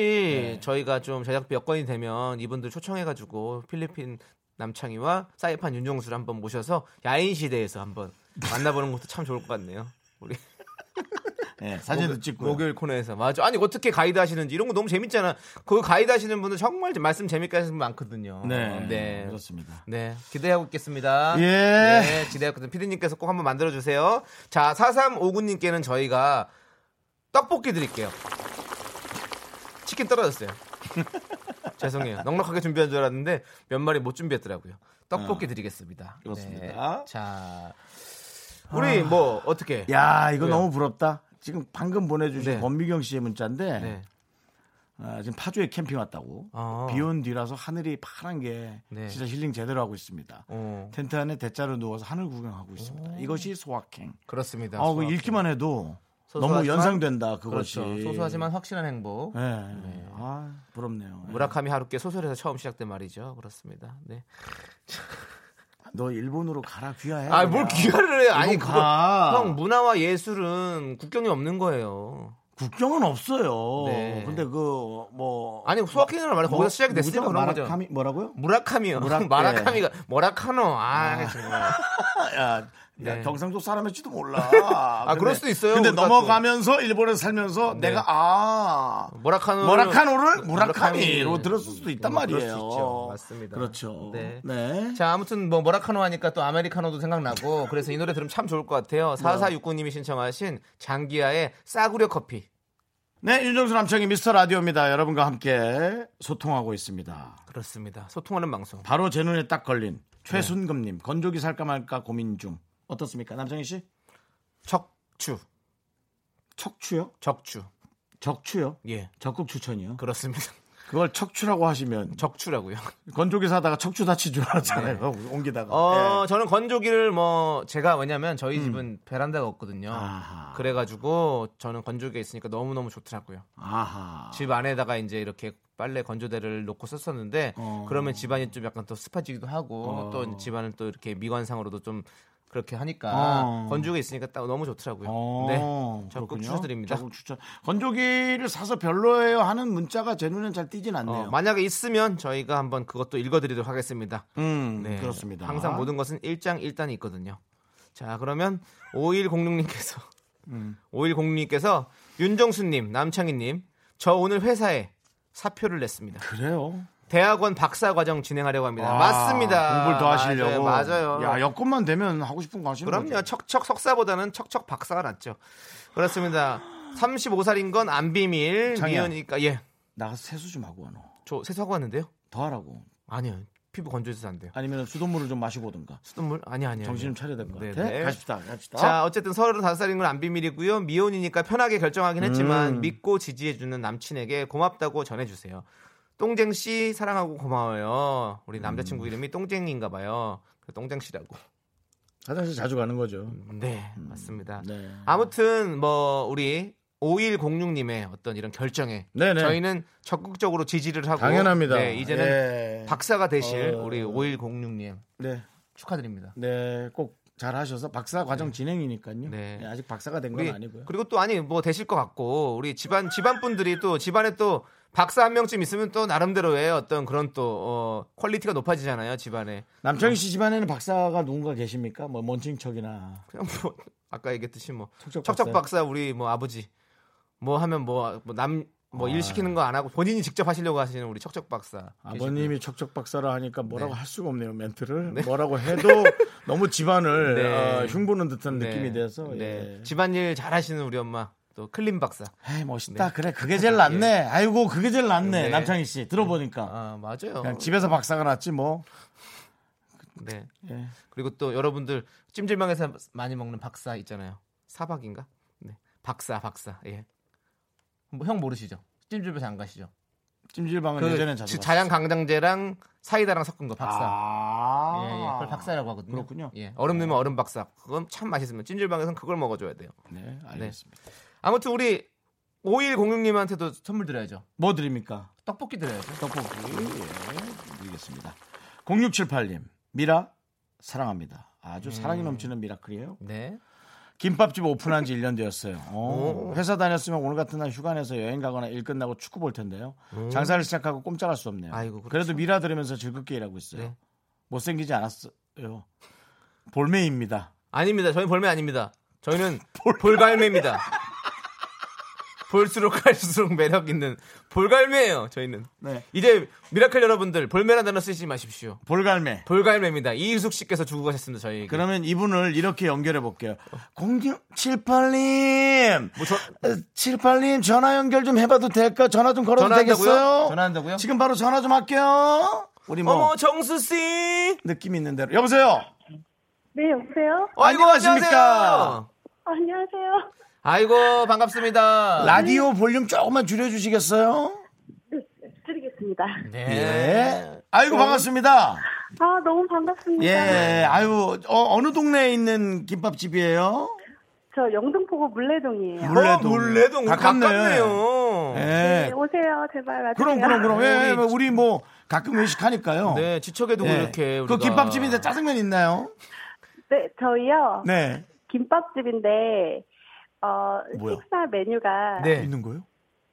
A: 네.
B: 저희가 좀 제작비 여건이 되면 이분들 초청해가지고 필리핀 남창희와 사이판 윤종수를 한번 모셔서 야인 시대에서 한번 만나보는 것도 참 좋을 것 같네요. 우리
A: 예, 사진도
B: 목요-
A: 찍고
B: 목요일 코너에서 맞아. 아니 어떻게 가이드 하시는지 이런 거 너무 재밌잖아. 그 가이드 하시는 분들 정말 말씀 재밌게 하시는 분 많거든요.
A: 네,
B: 네.
A: 그렇습니다.
B: 네, 기대하고 있겠습니다.
A: 예.
B: 네, 기대하고 있 피디님께서 꼭 한번 만들어주세요. 자, 4359님께는 저희가 떡볶이 드릴게요. 치킨 떨어졌어요. 죄송해요. 넉넉하게 준비한 줄 알았는데 몇 마리 못 준비했더라고요. 떡볶이 드리겠습니다.
A: 아, 그렇습니다.
B: 네. 자, 우리 뭐 어떻게?
A: 야, 이거
B: 왜요?
A: 너무 부럽다. 지금 방금 보내주신
B: 네.
A: 권미경 씨의 문자인데
B: 네.
A: 아, 지금 파주에 캠핑 왔다고.
B: 아.
A: 비 온 뒤라서 하늘이 파란 게
B: 네.
A: 진짜 힐링 제대로 하고 있습니다.
B: 어,
A: 텐트 안에 대자로 누워서 하늘 구경하고 있습니다. 이것이 소확행.
B: 그렇습니다.
A: 아, 그
B: 소확행.
A: 읽기만 해도
B: 소소하지만-
A: 너무 연상된다 그것이.
B: 그렇죠. 소소하지만 확실한 행복.
A: 예. 아, 부럽네요.
B: 무라카미 하루께 소설에서 처음 시작된 말이죠. 그렇습니다. 네.
A: 너 일본으로 가라 귀하해.
B: 아, 뭘 귀화를 해. 아니,
A: 일본
B: 그거.
A: 네, 가.
B: 형, 문화와 예술은 국경이 없는 거예요.
A: 국경은 없어요.
B: 네.
A: 근데 그 뭐
B: 아니, 소확행이라는 말이 거기서 시작이 됐으니까 그런 거죠.
A: 마라카미 뭐라고요?
B: 무라카미요.
A: 무라카-
B: 마라카미가, 뭐라카노. 아, 정말.
A: 야,
B: 네. 아,
A: 야 경상도 사람일지도 몰라.
B: 그럴 수도 있어요.
A: 근데
B: 우리가
A: 넘어가면서 일본에 살면서
B: 네.
A: 내가 아
B: 모라카노를-
A: 모라카노를
B: 모라카미로
A: 무라카미로 들었을 수도 있단
B: 뭐
A: 말이에요.
B: 그럴 수 있죠. 맞습니다.
A: 그렇죠.
B: 네.
A: 네.
B: 자, 아무튼 뭐 뭐라카노 하니까 또 아메리카노도 생각나고 그래서 이 노래 들으면 참 좋을 것 같아요. 4469님이 신청하신 장기하의 싸구려 커피.
A: 네, 윤정수 남창희 미스터 라디오입니다. 여러분과 함께 소통하고 있습니다.
B: 그렇습니다. 소통하는 방송.
A: 바로 제 눈에 딱 걸린 최순금님
B: 네.
A: 건조기 살까 말까 고민 중. 어떻습니까, 남창희 씨?
B: 적추.
A: 척추요?
B: 적추.
A: 적추요?
B: 예.
A: 적극 추천이요.
B: 그렇습니다.
A: 그걸 척추라고 하시면
B: 적추라고요.
A: 건조기 사다가 척추 다친 줄 알았잖아요. 옮기다가.
B: 어,
A: 예.
B: 저는 건조기를 뭐 제가 왜냐면 저희 집은 베란다가 없거든요.
A: 음. 아하.
B: 그래가지고 저는 건조기가 있으니까 너무 너무 좋더라고요.
A: 아하.
B: 집 안에다가 이제 이렇게 빨래 건조대를 놓고 썼었는데
A: 어.
B: 그러면 집안이 좀 약간 또 습해지기도 하고 또 집안을 또 이렇게 미관상으로도 좀 그렇게 하니까
A: 어.
B: 건조기 있으니까 딱 너무 좋더라고요.
A: 어,
B: 네, 적극
A: 그렇군요.
B: 추천드립니다.
A: 적극 추천. 건조기를 사서 별로예요 하는 문자가 제 눈엔 잘 띄진 않네요.
B: 어, 만약에 있으면 저희가 한번 그것도 읽어드리도록 하겠습니다.
A: 음,
B: 네,
A: 그렇습니다.
B: 항상 모든 것은 일장일단이 있거든요. 자, 그러면 5106님께서
A: 음.
B: 5106님께서 윤정수님, 남창희님, 저 오늘 회사에 사표를 냈습니다.
A: 그래요.
B: 대학원 박사 과정 진행하려고 합니다.
A: 아,
B: 네, 맞습니다.
A: 공부를 더 하시려고.
B: 맞아요. 맞아요.
A: 야, 여건만 되면 하고 싶은 거 하시는
B: 그럼요.
A: 거죠.
B: 척척 석사보다는 척척 박사가 낫죠. 그렇습니다. 35살인 건 안 비밀.
A: 창희야.
B: 미연이니까 예.
A: 나가서 세수 좀 하고 와 너.
B: 저 세수하고 왔는데요.
A: 더 하라고.
B: 아니요. 피부 건조해서 안 돼요.
A: 아니면 수돗물을 좀 마시고 오든가.
B: 수돗물? 아니 아니요.
A: 정신 좀 차려야 될 것
B: 네,
A: 같아.
B: 네.
A: 갑시다. 갑시다.
B: 자, 어쨌든 35살인 건 안 비밀이고요. 미혼이니까 편하게 결정하긴 했지만
A: 음.
B: 믿고 지지해주는 남친에게 고맙다고 전해주세요. 똥쟁 씨 사랑하고 고마워요.
A: 음.
B: 우리 남자친구 이름이 똥쟁인가 봐요. 그 똥쟁 씨라고.
A: 화장실 자주 가는 거죠.
B: 네, 맞습니다.
A: 네.
B: 아무튼 뭐 우리 5106님의 어떤 이런 결정에
A: 네네.
B: 저희는 적극적으로 지지를 하고
A: 당연합니다.
B: 네, 이제는
A: 예.
B: 박사가 되실
A: 어.
B: 우리 5106님
A: 네.
B: 축하드립니다.
A: 네, 꼭 잘하셔서 박사 과정 진행이니까요.
B: 네.
A: 네, 아직 박사가 된 건
B: 우리
A: 아니고요.
B: 그리고 또 아니 뭐 되실 것 같고 우리 집안 집안 분들이 또 집안에 또 박사 한 명쯤 있으면 또 나름대로의 어떤 그런 또 어, 퀄리티가 높아지잖아요 집안에
A: 남창희 씨 집안에는 박사가 누군가 계십니까? 뭐 먼칭척이나
B: 그냥 뭐 아까 얘기했듯이 뭐
A: 척척
B: 척척
A: 박사.
B: 박사 우리 뭐 아버지 뭐 하면 뭐 남 뭐 일 시키는 거 안 하고 본인이 직접 하시려고 하시는 우리 척척 박사.
A: 아버님이 척척 박사라 하니까 뭐라고
B: 네.
A: 할 수가 없네요 멘트를 뭐라고 해도 너무 집안을
B: 네.
A: 어, 흉보는 듯한
B: 계시고요.
A: 느낌이
B: 네.
A: 돼서
B: 네.
A: 예.
B: 집안일 잘하시는 우리 엄마 또 클림 박사.
A: 에이 멋있다 그래 그게 제일 낫네 아이고 그게 제일 낫네
B: 예. 네.
A: 남창희 씨 들어보니까
B: 아 맞아요.
A: 그냥 집에서 박사가 낫지 뭐
B: 네.
A: 예.
B: 그리고 또 여러분들 찜질방에서 많이 먹는 박사 있잖아요. 사박인가? 네. 박사, 박사. 예. 뭐 형 모르시죠? 찜질방 안 가시죠?
A: 찜질방은
B: 그
A: 예전에 자주
B: 자양 강장제랑 사이다랑 섞은 거
A: 봤어요.
B: 박사.
A: 아.
B: 예, 예. 그걸 박사라고 하거든요.
A: 그렇군요.
B: 예. 얼음 넣으면 얼음 박사. 그건 참 맛있으면 찜질방에서는 그걸 먹어줘야 돼요.
A: 네 알겠습니다
B: 아무튼 우리 5106님한테도 선물 드려야죠.
A: 뭐 드립니까
B: 떡볶이 드려야죠.
A: 떡볶이 예, 드리겠습니다 0678님 미라 사랑합니다 아주
B: 음.
A: 사랑이 넘치는 미라클이에요
B: 네.
A: 김밥집 오픈한 지 1년 되었어요. 어, 회사 다녔으면 오늘 같은 날 휴가 내서 여행 가거나 일 끝나고 축구 볼 텐데요. 장사를 시작하고 꼼짝할 수 없네요.
B: 아이고, 그렇죠.
A: 래도 미라 들으면서 즐겁게 일하고 있어요.
B: 네.
A: 못생기지 않았어요. 볼매입니다.
B: 아닙니다. 저희는 벌매 아닙니다. 저희는 볼갈매입니다. 볼수록 갈수록 매력 있는 볼갈매예요. 저희는.
A: 네.
B: 이제 미라클 여러분들 볼매란 단어 쓰지 마십시오.
A: 볼갈매.
B: 볼갈매입니다. 이유숙 씨께서 주고 가셨습니다. 저희.
A: 그러면 이분을 이렇게 연결해 볼게요. 0678님!
B: 뭐 저,
A: 78님 전화 연결 좀 해봐도 될까? 전화 좀 걸어도
B: 전화한다고요?
A: 되겠어요?
B: 전화한다고요?
A: 지금 바로 전화 좀 할게요. 우리 뭐 아,
B: 어머 정수 씨.
A: 느낌 있는 대로. 여보세요?
E: 네, 여보세요?
B: 어, 아이고,
A: 안녕하십니까?
B: 안녕하세요.
E: 안녕하세요.
B: 아이고 반갑습니다.
A: 라디오 볼륨 조금만 줄여주시겠어요?
E: 네, 드리겠습니다.
A: 음.
B: 네. 어,
A: 예. 아이고 반갑습니다.
E: 아, 너무 반갑습니다.
A: 예.
B: 네.
A: 아유 어, 느 동네에 있는 김밥집이에요?
E: 저 영등포구 물레동이에요.
A: 물레동.
B: 물레동. 물레동.
A: 가깝네.
B: 가깝네요.
A: 예.
E: 네, 오세요. 제발 와주세요.
A: 그럼 그럼 그럼. 예, 예, 우리 뭐 가끔 외식하니까요.
B: 네, 지척에 두고
A: 예.
B: 이렇게
A: 그
B: 우리가.
A: 김밥집인데 짜장면 있나요?
E: 네, 저희요.
A: 네.
E: 김밥집인데 어,
A: 뭐요?
E: 식사 메뉴가
B: 네.
A: 있는 거요?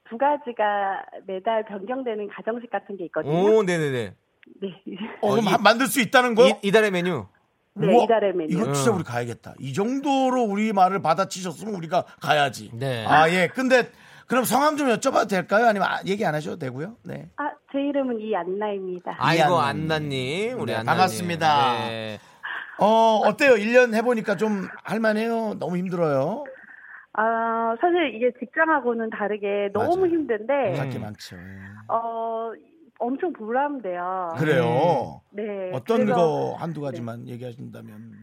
E: 두 가지가 매달 변경되는 가정식 같은 게 있거든요.
B: 오, 네, 네, 네.
E: 네.
A: 어, 그럼 하- 만들 수 있다는 거?
B: 이- 이달의 메뉴.
E: 네,
A: 우와,
E: 이달의 메뉴.
A: 이거 진짜 우리 가야겠다. 이 정도로 우리 말을 받아치셨으면 우리가 가야지.
B: 네.
A: 아 예. 근데 그럼 성함 좀 여쭤봐도 될까요? 아니면 아, 얘기 안 하셔도 되고요. 네.
E: 아, 제 이름은 이안나입니다.
B: 아이고
A: 미안.
B: 안나님, 우리
A: 네,
B: 안나님.
A: 반갑습니다.
B: 네.
A: 어, 어때요? 1년 해보니까 좀 할만해요? 너무 힘들어요?
E: 아, 사실 이게 직장하고는 다르게 너무
A: 맞아요. 음.
E: 힘든데
A: 할게 많죠. 예.
E: 어, 엄청 보람돼요.
A: 그래요.
E: 아, 네.
A: 어떤
E: 그래서, 네.
A: 거 한두 가지만 얘기하신다면.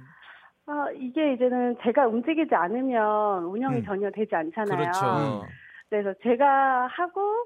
E: 아, 이게 이제는 제가 움직이지 않으면 운영이
A: 음.
E: 전혀 되지 않잖아요.
B: 그렇죠.
E: 그래서 제가 하고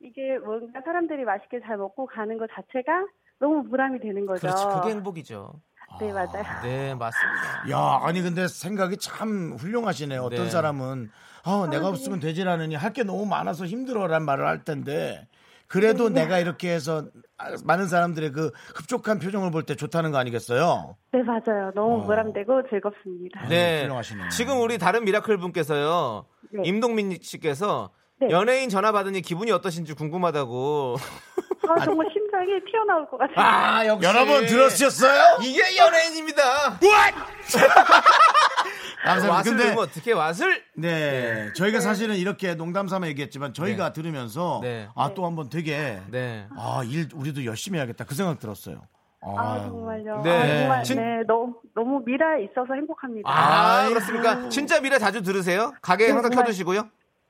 E: 이게 뭔가 사람들이 맛있게 잘 먹고 가는 것 자체가 너무 보람이 되는 거죠.
B: 그렇지, 그게 행복이죠.
E: 네, 맞아요.
B: 네, 맞습니다.
A: 야, 아니 근데 생각이 참 훌륭하시네요. 어떤
B: 네.
A: 사람은 아, 내가 없으면 되질 않으니 할 게 너무 많아서 힘들어란 말을 할 텐데 그래도
B: 네.
A: 내가 이렇게 해서 아, 많은 사람들의 그 흡족한 표정을 볼 때 좋다는 거 아니겠어요?
E: 네, 맞아요. 너무
A: 어.
E: 보람되고 즐겁습니다.
B: 네.
A: 아, 훌륭하시네요.
B: 지금 우리 다른 미라클 분께서요.
E: 네.
B: 임동민 씨께서
E: 네.
B: 연예인 전화 받으니 기분이 어떠신지 궁금하다고.
E: 아, 정말 심장이 튀어나올 것 같아요.
B: 역시.
A: 여러분 들으셨어요?
B: 이게 연예인입니다.
A: 감사합니다.
B: 왓을 뭐
A: 근데
B: 넣으면 어떻게 왓을?
A: 네, 저희가 사실은 이렇게 농담삼아 얘기했지만 저희가 들으면서
B: 네.
A: 아 또 한번 되게
B: 네.
A: 아 일 우리도 열심히 해야겠다 그 생각 들었어요.
E: 아, 정말요.
B: 네.
E: 아, 정말,
B: 진-
E: 네, 너무, 너무 미라에 있어서 행복합니다.
B: 아,
A: 아이고.
B: 그렇습니까? 진짜 미라 자주 들으세요? 가게에
E: 네,
B: 항상
E: 정말.
B: 켜두시고요.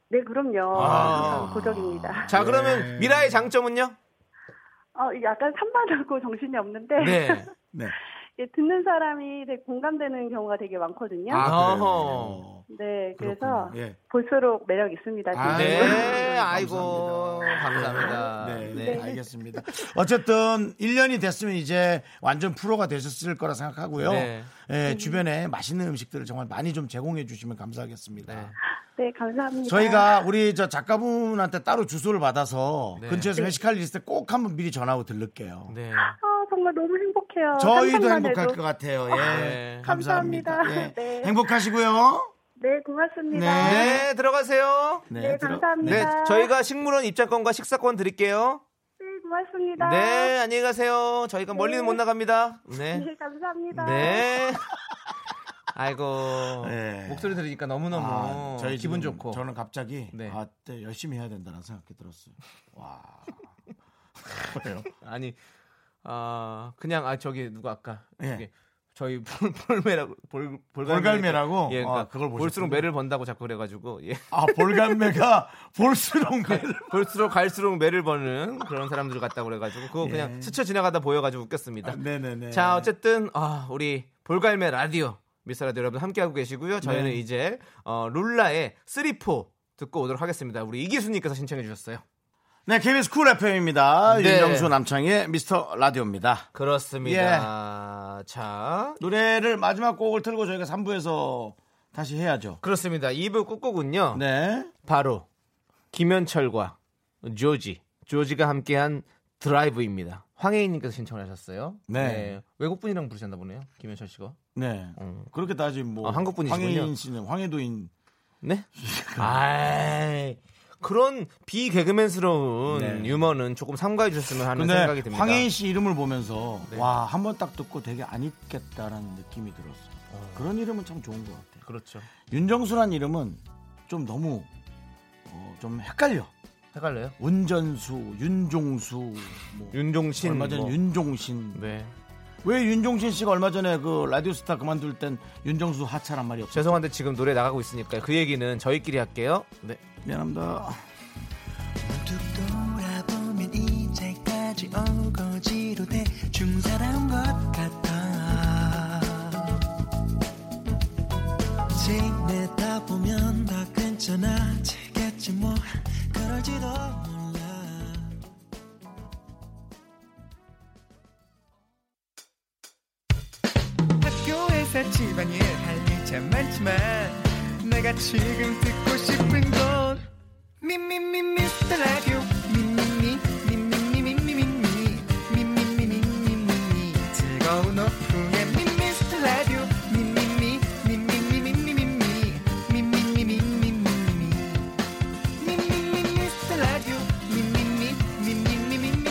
E: 네, 그럼요.
B: 아.
E: 항상 고정입니다.
A: 네.
B: 자, 그러면 미라의 장점은요?
E: 어, 약간 산만하고 정신이 없는데.
B: 네.
A: 네.
E: 이게 듣는 사람이 되게 공감되는 경우가 되게 많거든요.
B: 아,
A: 그래요.
B: 어허.
E: 네, 그래서
A: 그렇군요. 예.
E: 볼수록 매력 있습니다.
A: 아,
E: 진짜.
B: 네. 아이고, 감사합니다.
A: 네,
B: 네.
A: 네, 알겠습니다. 어쨌든 1년이 됐으면 이제 완전 프로가 되셨을 거라 생각하고요.
B: 네.
E: 음.
A: 예, 주변에 맛있는 음식들을 정말 많이 좀 제공해 주시면 감사하겠습니다.
B: 네.
E: 네, 감사합니다.
A: 아, 저희가 우리 저 작가분한테 따로 주소를 받아서
B: 네.
A: 근처에서 회식할 일 있을 때 꼭 한번 미리 전화하고 들를게요.
B: 네.
E: 아, 정말 너무 행복해요.
A: 저희도
E: 어, 상상만
A: 행복할
E: 해도.
A: 것 같아요. 예.
B: 네.
A: 감사합니다.
E: 감사합니다.
A: 예.
E: 네.
A: 행복하시고요.
E: 네, 고맙습니다.
A: 네.
B: 네, 들어가세요.
E: 네,
A: 들어-
E: 감사합니다.
B: 네, 저희가 식물원 입장권과 식사권 드릴게요.
E: 네, 고맙습니다.
B: 네, 안녕히 가세요. 저희가 멀리는 못 나갑니다. 네.
E: 네, 감사합니다.
B: 네. 아이고
A: 예.
B: 목소리 들으니까 너무 너무
A: 아, 저희
B: 어, 기분
A: 지금
B: 좋고
A: 저는 갑자기
B: 네.
A: 아, 때 열심히 해야 된다는 생각이 들었어요. 와. 그래요?
B: 아니 아 그냥 아 저기 누가 아까
A: 예.
B: 저기 저희 볼- 볼매라고 볼
A: 볼갈매라고?
B: 예, 그러니까
A: 아, 그걸 보셨군요.
B: 볼수록 매를 번다고 자꾸 그래가지고 예.
A: 아, 볼감매가 볼수록 매를-
B: 볼수록 갈수록 매를 버는 그런 사람들 같다고 그래가지고 그거
A: 예.
B: 그냥 스쳐 지나가다 보여가지고 웃겼습니다.
A: 아, 네네네.
B: 자 어쨌든 아, 우리 볼갈매 라디오 미스터 라디오 여러분 함께하고 계시고요. 저희는
A: 네.
B: 이제 어, 룰라의 쓰리포 듣고 오도록 하겠습니다. 우리 이기수님께서 신청해 주셨어요.
A: 네, KBS 쿨 FM입니다.
B: 네.
A: 윤정수 남창의 미스터 라디오입니다.
B: 그렇습니다. 예. 자
A: 노래를 마지막 곡을 틀고 저희가 3부에서 다시 해야죠.
B: 그렇습니다. 2부 꾹꾹은요.
A: 네.
B: 바로 김현철과 조지 조지가 함께한 드라이브입니다. 황혜인님께서 신청을 하셨어요. 예.
A: 네.
B: 외국분이랑 부르셨나 보네요. 김현철 씨가.
A: 네.
B: 음.
A: 그렇게 따지면 뭐
B: 아, 한국분이시군요.
A: 황해인 씨는 황해도인
B: 네? 아 그런 비개그맨스러운
A: 네.
B: 유머는 조금 삼가해 주셨으면 하는 생각이
A: 근데
B: 듭니다.
A: 황혜인 씨 이름을 보면서
B: 네.
A: 와 한 번 딱 듣고 되게 안 입겠다라는 느낌이 들었어. 요 그런 이름은 참 좋은 것 같아. 요
B: 그렇죠.
A: 윤정수란 이름은 좀 너무 어, 좀 헷갈려.
B: 헷갈려요?
A: 운전수, 윤종수, 뭐
B: 윤종신.
A: 얼마 전에
B: 뭐.
A: 윤종신.
B: 네.
A: 왜 윤종신 씨가 얼마 전에 그 라디오스타 그만둘 땐 윤정수 하차란 말이 없어요.
B: 죄송한데 지금 노래 나가고 있으니까 그 얘기는 저희끼리 할게요. 네.
A: 미안합니다.
F: 쭉 돌아보면 이제까지 어거지로 대충 살아온 것 같아 지내다 보면 다 괜찮아지겠지 뭐 그럴지도 몰라
G: 학교에서 집안일 할 일 참 많지만 내가 지금 듣고 싶은 건 미미미 미스터 라디오 미미미 미미미 미미미 미미미 미미미 즐거운 오후에 미스터 라디오 미미미 미미미 미미미 미미미 미미미 미미미 미스터 라디오 미미미 미미미 미미미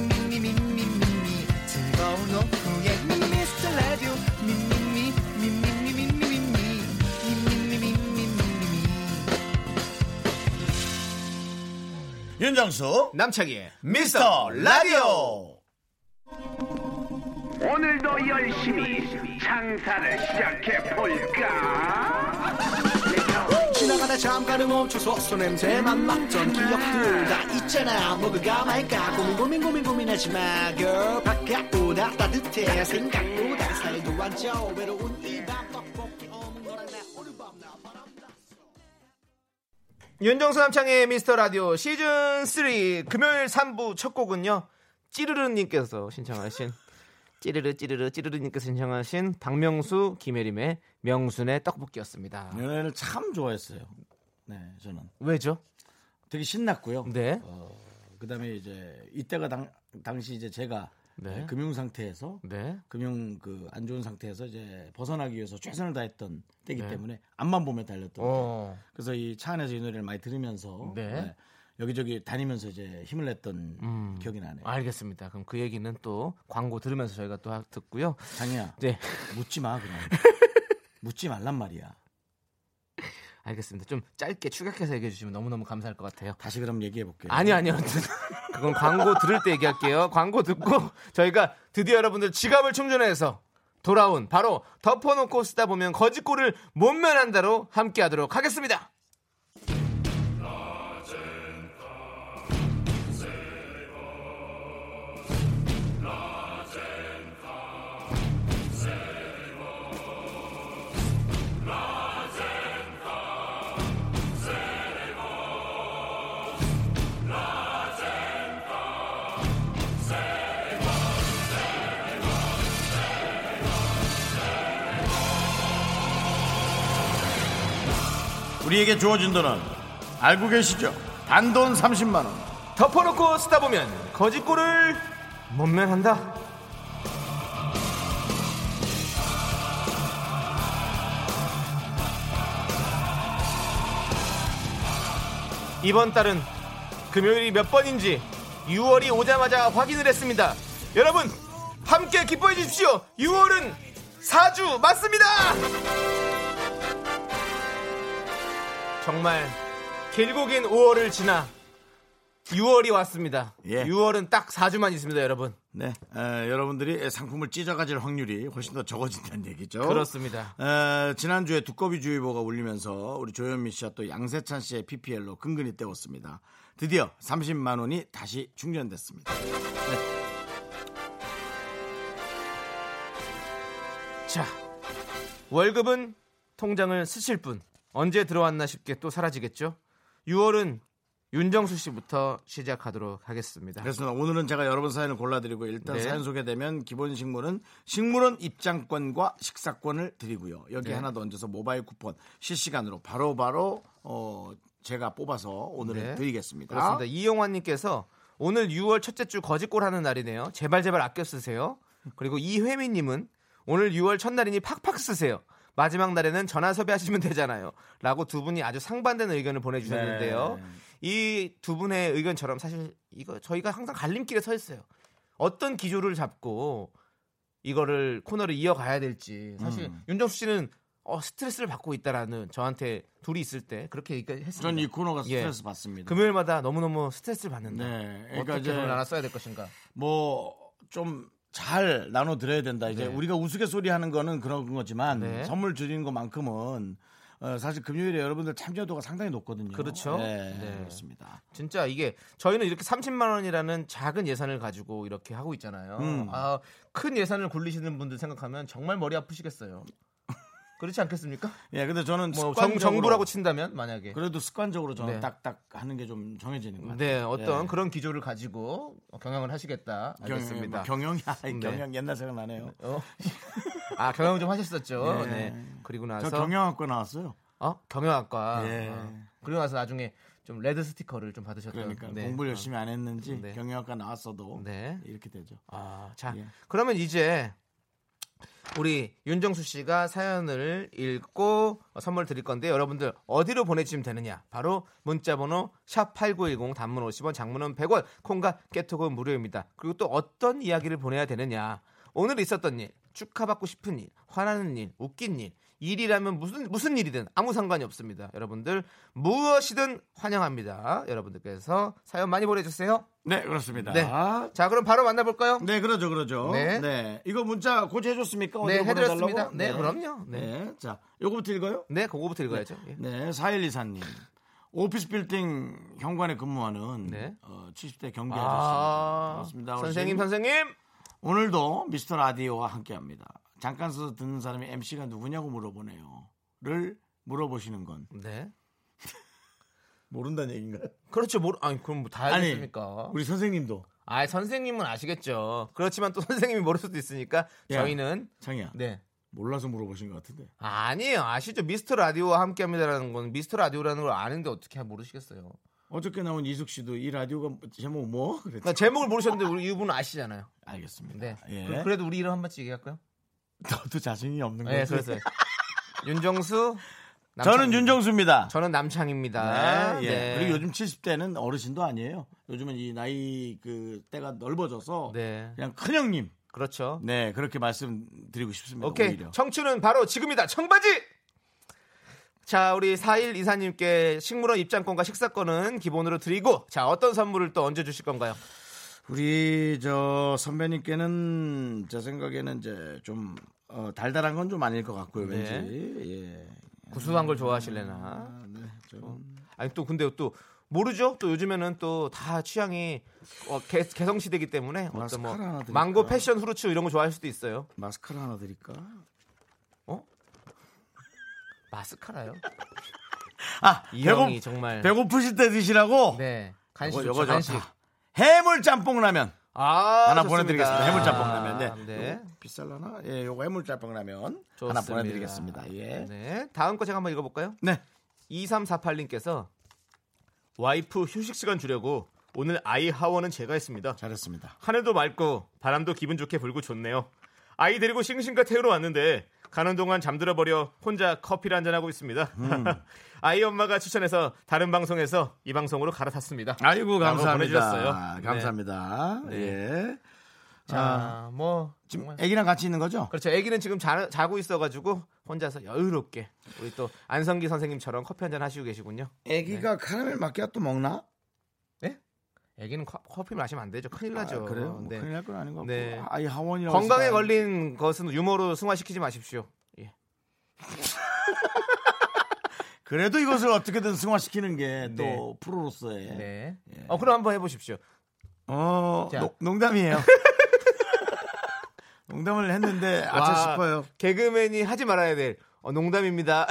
G: 미미미 미미미 즐거운 오후에 미스터 라디오 미미미 미미미 미미미 미미미 미미미
A: 윤정수
B: 남창희의
A: 미스터 라디오.
H: 오늘도 열심히 장사를 시작해 볼까?
F: 지나가다 잠깐은 멈춰서 소냄새만 맡던 기억들 다 있잖아 먹을까 말까 고민 고민 고민 고민하지 마 girl 바깥보다 따뜻해 생각보다 살도 안 쪄 외로운 이밤 떡볶이 없는 거랑 나 오늘 밤나 바람나
B: 윤정수 남창의 미스터 라디오 시즌 3 금요일 3부 첫 곡은요. 찌르르님께서 신청하신 찌르르 찌르르 찌르르님께서 신청하신 박명수 김혜림의 명순의 떡볶이였습니다.
A: 연애를 참 좋아했어요. 네, 저는
B: 왜죠?
A: 되게 신났고요. 어,
B: 네.
A: 그다음에 이제 이때가 당, 당시 이제 제가
B: 네.
A: 금융 상태에서
B: 네.
A: 금융 그 안 좋은 상태에서 이제 벗어나기 위해서 최선을 다했던 때기
B: 네.
A: 때문에 앞만 보면 달렸던 거예요.
B: 어.
A: 그래서 이 차 안에서 이 노래를 많이 들으면서
B: 네.
A: 네, 여기저기 다니면서 이제 힘을 냈던
B: 음.
A: 기억이 나네요.
B: 알겠습니다. 그럼 그 얘기는 또 광고 들으면서 저희가 또 하- 듣고요.
A: 장이야
B: 네.
A: 묻지 마 그냥 묻지 말란 말이야.
B: 알겠습니다. 좀 짧게 추격해서 얘기해 주시면 너무너무 감사할 것 같아요.
A: 다시 그럼 얘기해 볼게요.
B: 아니요, 아니요. 그건 광고 들을 때 얘기할게요. 광고 듣고 저희가 드디어 여러분들 지갑을 충전해서 돌아온 바로 덮어놓고 쓰다 보면 거짓골을 못 면한다로 함께하도록 하겠습니다.
A: 우리에게 주어진 돈은 알고 계시죠? 단돈 30만 원.
B: 덮어놓고 쓰다 보면 거짓골을 못 면한다. 이번 달은 금요일이 몇 번인지 6월이 오자마자 확인을 했습니다. 여러분 함께 기뻐해 주십시오. 6월은 사주 맞습니다. 정말 길고 긴 5월을 지나 6월이 왔습니다.
A: 예.
B: 6월은 딱 4주만 있습니다, 여러분.
A: 네, 에, 여러분들이 상품을 찢어가질 확률이 훨씬 더 적어진다는 얘기죠.
B: 그렇습니다.
A: 에, 지난주에 두꺼비주의보가 울리면서 우리 조현미 씨와 또 양세찬 씨의 PPL로 근근히 때웠습니다. 드디어 30만 원이 다시 충전됐습니다.
B: 자, 월급은 통장을 스칠 뿐 언제 들어왔나 싶게 또 사라지겠죠. 6월은 윤정수 씨부터 시작하도록 하겠습니다.
A: 그래서 오늘은 제가 여러분 사연을 골라드리고 일단
B: 네.
A: 사연 소개되면 기본 식물은 식물원 입장권과 식사권을 드리고요. 여기
B: 네.
A: 하나 더 얹어서 모바일 쿠폰 실시간으로 바로바로 어, 제가 뽑아서 오늘은
B: 네.
A: 드리겠습니다.
B: 그렇습니다. 이용환님께서 오늘 6월 첫째 주 거짓골 하는 날이네요. 제발 제발 아껴 쓰세요. 그리고 이회민님은 오늘 6월 첫날이니 팍팍 쓰세요. 마지막 날에는 전화 섭외하시면 되잖아요. 라고 두 분이 아주 상반되는 의견을
A: 네.
B: 보내주셨는데요. 이 두 분의 의견처럼 사실 이거 저희가 항상 갈림길에 서 있어요. 어떤 기조를 잡고 이거를 코너를 이어가야 될지 사실 윤정수 씨는 어, 스트레스를 받고 있다라는 저한테 둘이 있을 때 그렇게 얘기했습니다.
A: 전 이 코너가
B: 예.
A: 스트레스 받습니다.
B: 금요일마다 너무너무 스트레스를 받는다.
A: 네. 그러니까
B: 어떻게
A: 이제
B: 돈을 나눠 써야 될 것인가?
A: 뭐 좀 잘 나눠 드려야 된다. 이제
B: 네.
A: 우리가 우스갯소리 하는 거는 그런 거지만
B: 네.
A: 선물 드리는 것만큼은 어, 사실 금요일에 여러분들 참여도가 상당히 높거든요.
B: 그렇죠.
A: 네,
B: 네.
A: 그렇습니다.
B: 진짜 이게 저희는 이렇게 30만 원이라는 작은 예산을 가지고 이렇게 하고 있잖아요.
A: 음.
B: 아, 큰 예산을 굴리시는 분들 생각하면 정말 머리 아프시겠어요. 그렇지 않겠습니까?
A: 예, 근데 저는
B: 뭐
A: 습관적으로-
B: 정, 부라고 친다면 만약에
A: 그래도 습관적으로 저는
B: 네.
A: 딱딱 하는 게 좀 정해지는 것 같아요.
B: 네 어떤
A: 예.
B: 그런 기조를 가지고 경영을 하시겠다
A: 경영,
B: 알겠습니다.
A: 뭐 경영이 아니,
B: 네.
A: 경영 옛날 생각 나네요.
B: 어? 아 경영 좀 하셨었죠.
A: 네.
B: 네. 그리고 나서
A: 저 경영학과 나왔어요.
B: 어? 경영학과
A: 예.
B: 어. 그리고 나서 나중에 좀 레드 스티커를 좀 받으셨던
A: 그러니까
B: 네.
A: 공부를 열심히 안 했는지
B: 네.
A: 경영학과 나왔어도
B: 네.
A: 이렇게 되죠.
B: 아, 자,
A: 예.
B: 그러면 이제 우리 윤정수 씨가 사연을 읽고 선물 드릴 건데 여러분들 어디로 보내주시면 되느냐? 바로 문자번호 샵 #8910 단문 50원, 장문은 100원, 콩과 깨톡은 무료입니다. 그리고 또 어떤 이야기를 보내야 되느냐? 오늘 있었던 일, 축하받고 싶은 일, 화나는 일, 웃긴 일, 일이라면 무슨 무슨 일이든 아무 상관이 없습니다. 여러분들 무엇이든 환영합니다. 여러분들께서 사연 많이 보내주세요.
A: 네, 그렇습니다.
B: 네. 자, 그럼 바로 만나볼까요?
A: 네, 그러죠, 그러죠. 네.
B: 네.
A: 이거 문자 고지해줬습니까?
B: 네,
A: 어디로
B: 해드렸습니다.
A: 보내달라고?
B: 네, 그럼요.
A: 네.
B: 네.
A: 자, 요거부터 읽어요.
B: 네, 그거부터 읽어야죠. 예.
A: 네, 4124님. 오피스 빌딩 현관에 근무하는
B: 네.
A: 어, 70대 경비
B: 아,
A: 아~ 저씨입니다
B: 선생님, 선생님.
A: 오늘도 미스터 라디오와 함께 합니다. 잠깐 써서 듣는 사람이 MC가 누구냐고 물어보네요. 를 물어보시는 건
B: 네.
A: 모른다는 얘기인가요?
B: 그렇죠. 모르, 아니, 그럼 뭐다
A: 아니,
B: 알겠습니까?
A: 우리 선생님도.
B: 아, 선생님은 아시겠죠. 그렇지만 또 선생님이 모를 수도 있으니까
A: 야.
B: 저희는
A: 장이야.
B: 네.
A: 몰라서 물어보신 것 같은데.
B: 아니에요. 아시죠? 미스터 라디오와 함께 합니다라는 건 미스터 라디오라는 걸 아는데 어떻게 모르시겠어요.
A: 어저께 나온 이숙 씨도 이 라디오가 제목 뭐? 그랬죠.
B: 그러니까 제목을 모르셨는데 우리 이분은 아시잖아요.
A: 알겠습니다.
B: 네.
A: 예.
B: 그- 그래도 우리 이름 한 번씩 얘기할까요?
A: 너도 자신이 없는 거지.
B: 네, 그래서 윤정수
A: 저는
B: 남창입니다.
A: 윤정수입니다.
B: 저는 남창입니다.
A: 네, 예.
B: 네.
A: 그리고 요즘 70대는 어르신도 아니에요. 요즘은 이 나이 그 때가 넓어져서
B: 네.
A: 그냥 큰 형님.
B: 그렇죠.
A: 네, 그렇게 말씀드리고 싶습니다.
B: 오케이.
A: 오히려.
B: 청춘은 바로 지금이다. 청바지! 자, 우리 4일 이사님께 식물원 입장권과 식사권은 기본으로 드리고, 자, 어떤 선물을 또 얹어주실 건가요?
A: 우리 저 선배님께는 제 생각에는 이제 좀 어, 달달한 건 좀 아닐 것 같고요.
B: 네.
A: 왠지. 예.
B: 구수한 걸 좋아하실래나?
A: 아, 네. 좀.
B: 아니, 또 근데 또, 모르죠? 또 요즘에는 또 다 취향이 어, 개, 개성 시대기 때문에 어떤 뭐
A: 마스카라 하나 드릴까요?
B: 망고 패션 후르츠 이런 거 좋아할 수도 있어요.
A: 마스카라 하나 드릴까?
B: 어? 마스카라요?
A: 아,
B: 이 형이 정말
A: 배고프실 때 드시라고.
B: 네 간식
A: 요거,
B: 좋죠,
A: 요거
B: 간식.
A: 좋다. 해물 짬뽕 라면.
B: 아,
A: 하나
B: 좋습니다.
A: 보내드리겠습니다. 해물짬뽕 라면. 네.
B: 네.
A: 요거 비쌀라나? 예, 요거 해물짬뽕 라면 하나
B: 좋습니다.
A: 보내드리겠습니다. 예. 네.
B: 네. 다음 거 제가 한번 읽어볼까요? 2348님께서 와이프 휴식 시간 주려고 오늘 아이 하원은 제가 했습니다.
A: 잘했습니다.
B: 하늘도 맑고 바람도 기분 좋게 불고 좋네요. 아이 데리고 싱싱카 태우러 왔는데 가는 동안 잠들어 버려 혼자 커피를 한잔 하고 있습니다.
A: 음.
B: 아이 엄마가 추천해서 다른 방송에서 이 방송으로 갈아탔습니다.
A: 아이고
B: 라고
A: 감사합니다.
B: 보내주셨어요. 네.
A: 감사합니다.
B: 네.
A: 예.
B: 자, 뭐
A: 지금
B: 정말.
A: 애기랑 같이 있는 거죠?
B: 그렇죠. 아기는 지금 자, 자고 있어가지고 혼자서 여유롭게 우리 또 안성기 선생님처럼 커피 한잔 하시고 계시군요. 네.
A: 애기가 카라멜 마키아또 먹나?
B: 아기는 커- 커피 마시면 안 되죠. 큰일
A: 아,
B: 나죠.
A: 그래요? 뭐
B: 네.
A: 큰일 날 건 아닌 것 같고
B: 네.
A: 아이 하원이라고
B: 건강에
A: 했으니까.
B: 걸린 것은 유머로 승화시키지 마십시오. 예.
A: 그래도 이것을 어떻게든 승화시키는 게 또
B: 네.
A: 프로로서의
B: 네.
A: 예.
B: 어 그럼 한번 해보십시오.
A: 어
B: 자.
A: 농- 농담이에요. 농담을 했는데
B: 와,
A: 아차 싶어요.
B: 개그맨이 하지 말아야 될 어, 농담입니다.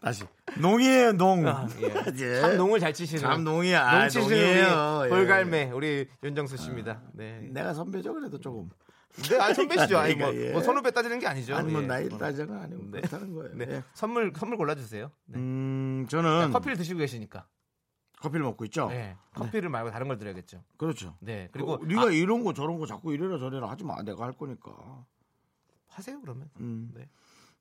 A: 다시 농이에요 농. 예.
B: 아, 참 농을 잘 치시는.
A: 참 농이야. 아,
B: 농 치시는
A: 농이에요.
B: 우리
A: 예. 아.
B: 볼갈매 우리 윤정수 씨입니다. 네.
A: 내가 선배죠 그래도 조금.
B: 네, 아 선배시죠. 아니 뭐,
A: 그러니까, 예.
B: 뭐 선후배 따지는 게 아니죠.
A: 아니 뭐
B: 예.
A: 나이
B: 어.
A: 따져가 아니고 그렇다는 거예요.
B: 네.
A: 예.
B: 선물 선물 골라주세요. 네.
A: 음 어. 저는 커피...
B: 커피를 드시고 계시니까.
A: 를 먹고 있죠.
B: 네. 커피를 말고 다른 걸 드려야겠죠.
A: 그렇죠.
B: 네.
A: 그리고
B: 그리고
A: 네가
B: 아,
A: 이런 거 저런 거 자꾸 이래라 저래라 하지 마. 내가 할 거니까.
B: 하세요 그러면.
A: 음.
B: 네.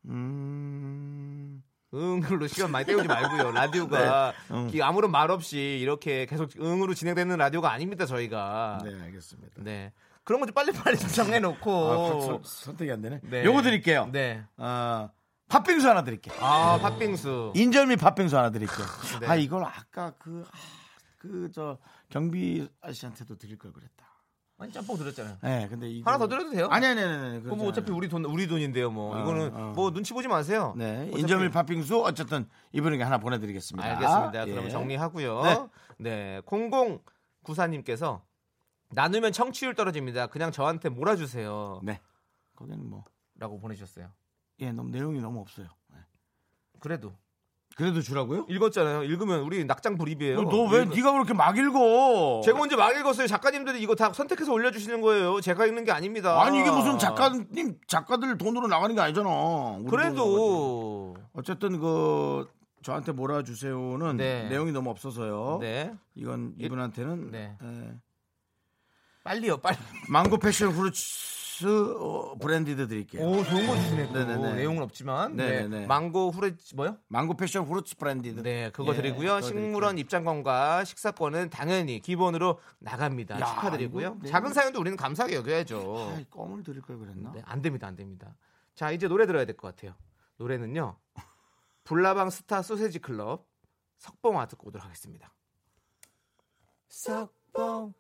A: 음.
B: 응으로 시간 많이 때우지 말고요. 라디오가
A: 네. 응.
B: 이 아무런 말 없이 이렇게 계속 응으로 진행되는 라디오가 아닙니다 저희가.
A: 네 알겠습니다.
B: 네. 그런 거 좀 빨리빨리 좀 정해놓고.
A: 아, 선- 선택이 안 되네.
B: 네.
A: 요거 드릴게요.
B: 네.
A: 어, 팥빙수 하나 드릴게요.
B: 아, 팥빙수.
A: 인절미 팥빙수 하나 드릴게요.
B: 네.
A: 아 이걸 아까 그 그 저 경비 아저씨한테도 드릴 걸 그랬다.
B: 아니, 짬뽕 드렸잖아요.
A: 네, 근데 이거
B: 하나 더 드려도 돼요?
A: 아니 아니 아니. 아니
B: 그거 뭐 어차피 우리 돈, 우리 돈인데요, 뭐.
A: 아,
B: 이거는
A: 아.
B: 뭐 눈치 보지 마세요.
A: 네
B: 어차피-
A: 인절미 팥빙수 어쨌든 이분에게 하나 보내드리겠습니다.
B: 알겠습니다.
A: 예.
B: 그럼 정리하고요. 네. 0094님께서 나누면 청취율 떨어집니다. 그냥 저한테 몰아주세요.
A: 네. 거기는 뭐
B: 라고 보내주셨어요.
A: 예, 너무 내용이 너무 없어요. 네.
B: 그래도.
A: 그래도 주라고요?
B: 읽었잖아요. 읽으면 우리 낙장 불입이에요.
A: 너 왜
B: 읽-
A: 네가 그렇게 막 읽어?
B: 예, 어, 제가 먼저 막 읽었어요. 작가님들이 이거 다 선택해서 올려주시는 거예요. 제가 읽는 게 아닙니다.
A: 아니 이게 무슨 작가님 작가들 돈으로 나가는 게 아니잖아. 우리 돈으로 나가지.
B: 그래도
A: 어쨌든 그 저한테 몰아주세요는
B: 네.
A: 내용이 너무 없어서요.
B: 네
A: 이건 이분한테는
B: 네.
A: 예.
B: 빨리요 빨리.
A: 망고 패션 후르츠 어, 브랜디드 드릴게요.
B: 오 좋은 거 주시네.
A: 네네네.
B: 또 내용은 없지만 네
A: 네네네.
B: 망고 후레지 뭐요?
A: 망고 패션 후르츠 브랜디드.
B: 네 그거
A: 예,
B: 드리고요.
A: 그거
B: 식물원 입장권과 식사권은 당연히 기본으로 나갑니다.
A: 야,
B: 축하드리고요.
A: 이거 내용은-
B: 작은 사연도 우리는 감사하게 여겨야죠.
A: 아, 껌을 드릴 걸 그랬나?
B: 네, 안 됩니다, 안 됩니다. 자, 이제 노래 들어야 될 것 같아요. 노래는요. 불나방 스타 소세지 클럽 석봉아 듣고 오도록 하겠습니다.
G: 석봉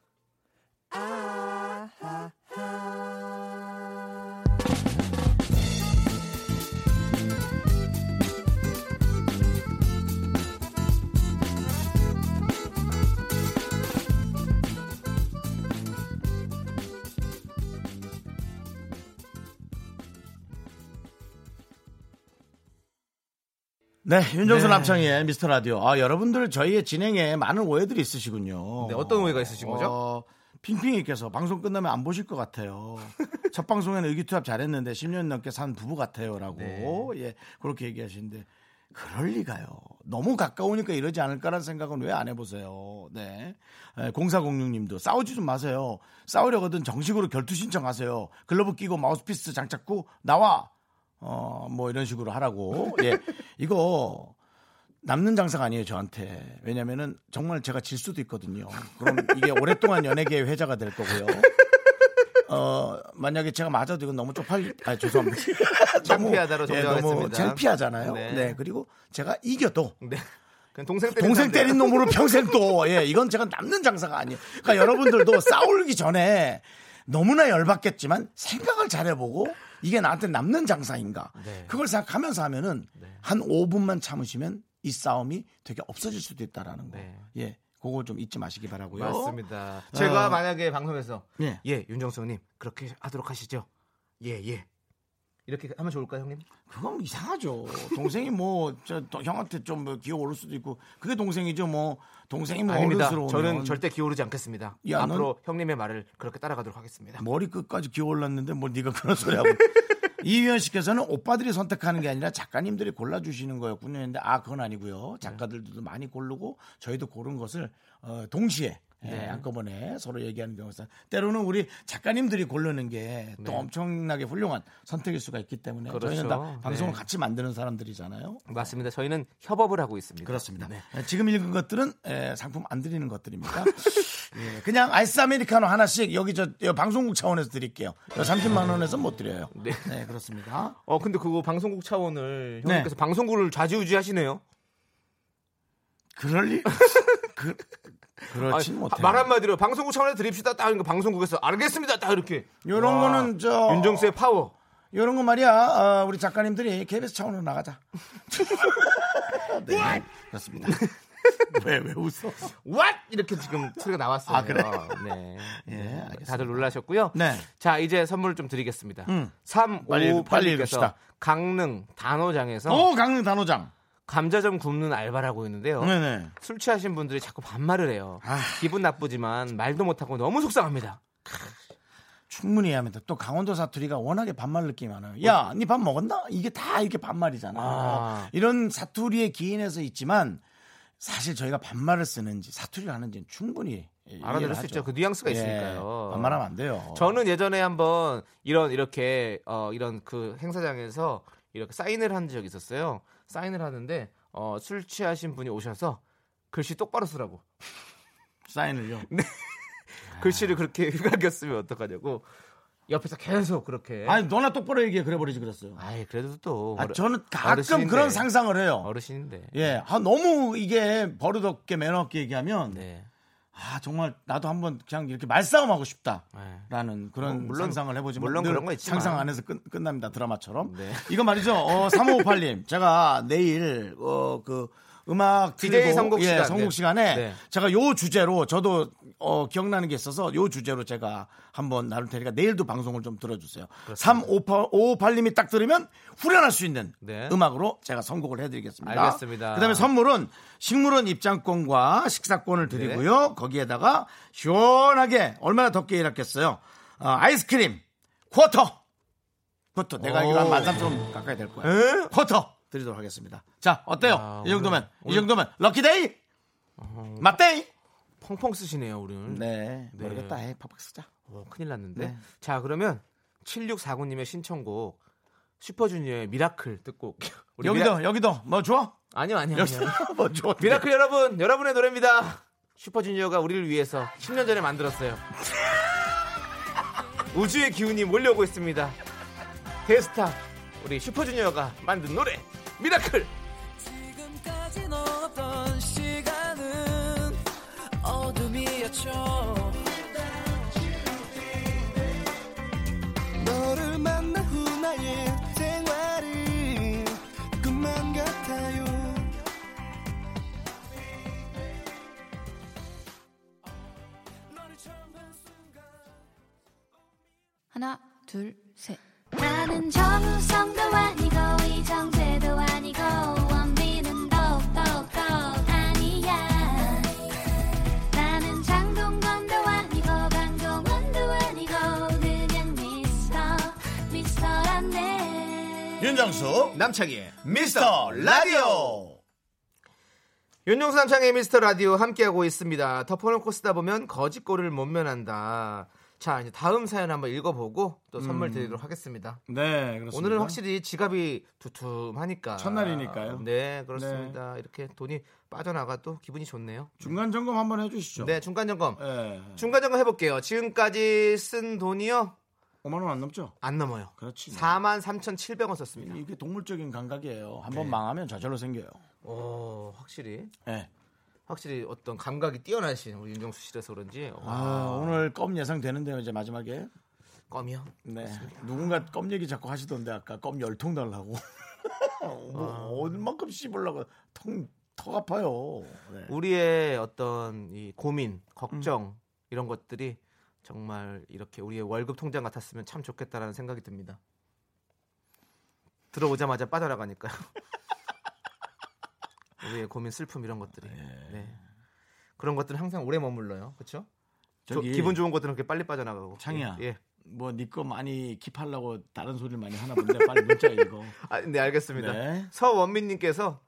A: 네, 윤정수
B: 네.
A: 남창희의 미스터 라디오. 아, 여러분들 저희의 진행에 많은 오해들이 있으시군요.
B: 네, 어떤 오해가 있으신 거죠?
A: 어, 핑핑이께서 방송 끝나면 안 보실 것 같아요. 첫 방송에는 의기투합 잘했는데 10년 넘게 산 부부 같아요라고
B: 네.
A: 예 그렇게 얘기하시는데 그럴 리가요. 너무 가까우니까 이러지 않을까라는 생각은 왜 안 해보세요. 네. 0406님도 싸우지 좀 마세요. 싸우려거든 정식으로 결투 신청하세요. 글러브 끼고 마우스피스 장착고 나와. 어, 뭐 이런 식으로 하라고. 예. 이거 남는 장사가 아니에요 저한테 왜냐면은 정말 제가 질 수도 있거든요 그럼 이게 오랫동안 연예계의 회자가 될 거고요 어 만약에 제가 맞아도 이건 너무 쪽팔리 아 죄송합니다 너무,
B: 창피하다로
A: 너무
B: 정정하겠습니다.
A: 창피하잖아요
B: 네.
A: 네. 그리고 제가 이겨도
B: 네. 그냥 동생 때린
A: 동생
B: 사람들.
A: 때린 놈으로 평생 또 예, 이건 제가 남는 장사가 아니에요 그러니까 여러분들도 싸우기 전에 너무나 열받겠지만 생각을 잘해보고 이게 나한테 남는 장사인가
B: 네.
A: 그걸 생각하면서 하면은 한 5분만 참으시면 이 싸움이 되게 없어질 수도 있다라는 거.
B: 네.
A: 예. 그거 좀 잊지 마시기 바라고요.
B: 맞습니다. 제가
A: 어.
B: 만약에 방송에서
A: 예.
B: 예, 윤정수님 그렇게 하도록 하시죠. 예, 예. 이렇게 하면 좋을까요, 형님?
A: 그건 이상하죠. 동생이 뭐저 형한테 좀뭐 기어 오를 수도 있고 그게 동생이죠. 뭐 동생이 뭐
B: 아닙니다.
A: 어른스러우면
B: 저는 절대 기오르지 않겠습니다.
A: 야,
B: 앞으로 형님의 말을 그렇게 따라가도록 하겠습니다.
A: 머리 끝까지 기어 올랐는데 뭐 네가 그런 소리 하고. 이위원 씨께서는 오빠들이 선택하는 게 아니라 작가님들이 골라주시는
B: 네.
A: 거였군요. 했는데 아 그건 아니고요. 작가들도 많이 고르고 저희도 고른 것을 어, 동시에 예, 네, 한꺼번에 서로 얘기하는 경우가 있어요. 때로는 우리 작가님들이 고르는 게 또 엄청나게 훌륭한 선택일 수가 있기 때문에 저희는 다
B: 네. 그렇죠.
A: 방송을
B: 네.
A: 같이 만드는 사람들이잖아요.
B: 맞습니다. 저희는 협업을 하고 있습니다.
A: 그렇습니다.
B: 네.
A: 에, 지금 읽은 것들은 에, 상품 안 드리는 것들입니다. 예, 그냥 아이스 아메리카노 하나씩 여기 저 여, 방송국 차원에서 드릴게요. 여, 30만 원에서 못 드려요. 네,
B: 네.
A: 그렇습니다.
B: 어 근데 그거 방송국 차원을
A: 네.
B: 형님께서 방송국을 좌지우지하시네요.
A: 그럴 리? 그, 그렇진
B: 아니,
A: 못해요.
B: 말 한마디로 방송국 차원에 드립시다. 딱 그러니까 방송국에서 알겠습니다. 딱 이렇게.
A: 요런
B: 와,
A: 거는 저-
B: 윤정수의 파워.
A: 이런 거 말이야. 아, 우리 작가님들이 KBS 차원으로 나가자. 네, 네, 그렇습니다. 왜, 왜 웃어?
B: 왓 이렇게 지금 소리가 나왔어요.
A: 아, 그래요?
B: 네.
A: 예, 알겠습니다.
B: 다들 놀라셨고요.
A: 네.
B: 자, 이제 선물 좀 드리겠습니다.
A: 음.
B: 3 5
A: 빨리
B: 5
A: 읽-
B: 8
A: 빨리
B: 님께서
A: 읽읍시다.
B: 강릉 단호장에서
A: 어, 강릉 단호장.
B: 감자점 굽는 알바라고
A: 어?
B: 있는데요.
A: 네네.
B: 술 취하신 분들이 자꾸 반말을 해요.
A: 아.
B: 기분 나쁘지만 말도 못하고 너무 속상합니다.
A: 충분히 해야 합니다. 또 강원도 사투리가 워낙에 반말 느낌이 많아요. 야, 니 밥 먹었나? 이게 다 이렇게 반말이잖아.
B: 아.
A: 이런 사투리에 기인해서 있지만 사실 저희가 반말을 쓰는지 사투리를 하는지는 충분히
B: 알아들을 수 있죠. 그 뉘앙스가
A: 예,
B: 있으니까요.
A: 반말하면 안 돼요.
B: 저는 예전에 한번 이런 이렇게 어 이런 그 행사장에서 이렇게 사인을 한 적이 있었어요. 사인을 하는데 어 술 취하신 분이 오셔서 글씨 똑바로 쓰라고.
A: 사인을요.
B: 네. 글씨를
A: 아.
B: 그렇게 휘감겼으면 어떡하냐고. 옆에서 계속 그렇게. 아이,
A: 아니, 너나 똑바로 얘기해. 그래버리지 그랬어요.
B: 그래도 또
A: 아,
B: 어르-
A: 저는 가끔
B: 어르신인데.
A: 그런 상상을 해요.
B: 어르신인데.
A: 예, 아, 너무 이게 버릇없게 매너 없게 얘기하면
B: 네.
A: 아 정말 나도 한번 그냥 이렇게 말싸움하고
B: 네.
A: 싶다라는 그런
B: 물론-
A: 상상을 해보지만
B: 물론
A: 늘
B: 그런 거 있지만.
A: 상상 안에서 끝, 끝납니다 드라마처럼.
B: 네.
A: 이거 말이죠. 어, 3558님 제가 내일 어, 그 음악
B: DJ
A: 틀고,
B: 선곡
A: 예,
B: 시간,
A: 선곡
B: 네.
A: 시간에
B: 네.
A: 제가 요 주제로 저도 어, 기억나는 게 있어서 요 주제로 제가 한번 나눌 테니까 내일도 방송을 좀 들어주세요. 3558님이 딱 들으면 후련할 수 있는
B: 네.
A: 음악으로 제가 선곡을 해드리겠습니다.
B: 알겠습니다.
A: 그다음에 선물은 식물원 입장권과 식사권을
B: 네.
A: 드리고요. 거기에다가 시원하게 얼마나 덥게 일했겠어요. 어, 아이스크림 쿼터 쿼터 내가 알기로 한
B: 오.
A: 13,000원 가까이 될 거예요.
B: 네.
A: 쿼터 드리도록 하겠습니다. 자 어때요?
B: 야,
A: 이 정도면
B: 아, 오늘-
A: 이 정도면 럭키데이 맞데이
B: 펑펑 쓰시네요, 우리는.
A: 네 모르겠다 해 팍팍 쓰자
B: 오, 큰일 났는데. 자, 그러면 7649님의 신청곡 슈퍼주니어의 미라클 듣고 올게요. 우리
A: 여기도
B: 미라...
A: 여기도 뭐 줘?
B: 아니요, 아니요.
A: 여기도
B: 아니요.
A: 뭐 줘?
B: 미라클 여러분, 여러분의 노래입니다. 슈퍼주니어가 우리를 위해서 10년 전에 만들었어요. 우주의 기운이 몰려오고 있습니다. 대스타 우리 슈퍼주니어가 만든 노래 미라클.
D: 지금까지 넣었던 시간은 어둠이었죠
G: 너를 만난 후 나의 생활은 꿈만 같아요
D: 하나 둘셋
C: 나는 정우성도 아니고 이정재도 아니고 원빈은 더욱더 아니야 나는 장동건도 아니고 강동원도 아니고 그냥 미스터 미스터란데
A: 예. 윤정수
B: 남창희의
A: 미스터 라디오
B: 윤종수 남창의 미스터 라디오 함께하고 있습니다. 덮어놓고 쓰다 보면 거짓골을 못 면한다. 자, 이제 다음 사연 한번 읽어보고 또
A: 음.
B: 선물 드리도록 하겠습니다.
A: 네 그렇습니다.
B: 오늘은 확실히 지갑이 두툼하니까.
A: 첫날이니까요.
B: 네, 그렇습니다. 이렇게 돈이 빠져나가도 기분이 좋네요.
A: 중간 점검 한번 해주시죠.
B: 네, 중간 점검.
A: 예.
B: 중간 점검 해볼게요. 지금까지 쓴 돈이요?
A: 5만 원 안 넘죠?
B: 안 넘어요.
A: 그렇지. 뭐.
B: 4만 3,700원 썼습니다.
A: 이게 동물적인 감각이에요. 한번 망하면 좌절로 생겨요.
B: 오, 확실히.
A: 예.
B: 확실히 어떤 감각이 뛰어나신 우리 윤정수 씨라서 그런지.
A: 아,
B: 와,
A: 오늘 껌 예상되는데요, 이제 마지막에.
B: 껌이요?
A: 네. 누군가 껌 얘기 자꾸 하시던데, 아까 껌 열 통 달라고. 뭐, 얼만큼 씹으려고. 통, 턱 아파요. 네. 음.
B: 우리의 어떤 이 고민, 걱정 이런 것들이 정말 이렇게 우리의 월급 통장 같았으면 참 좋겠다라는 생각이 듭니다. 들어오자마자 빠져나가니까요. 우리의 고민, 슬픔 이런 것들이.
A: 예.
B: 네. 그런 것들은 항상 오래 머물러요. 그렇죠?
A: 저기,
B: 기분 좋은 것들은 그렇게 빨리 빠져나가고.
A: 창희야.
B: 예. 예.
A: 뭐, 니 거 많이 킵하려고 다른 소리를 많이 하나 본데, 빨리 문자 읽어.
B: 아, 네, 알겠습니다.
A: 네.
B: 서원민님께서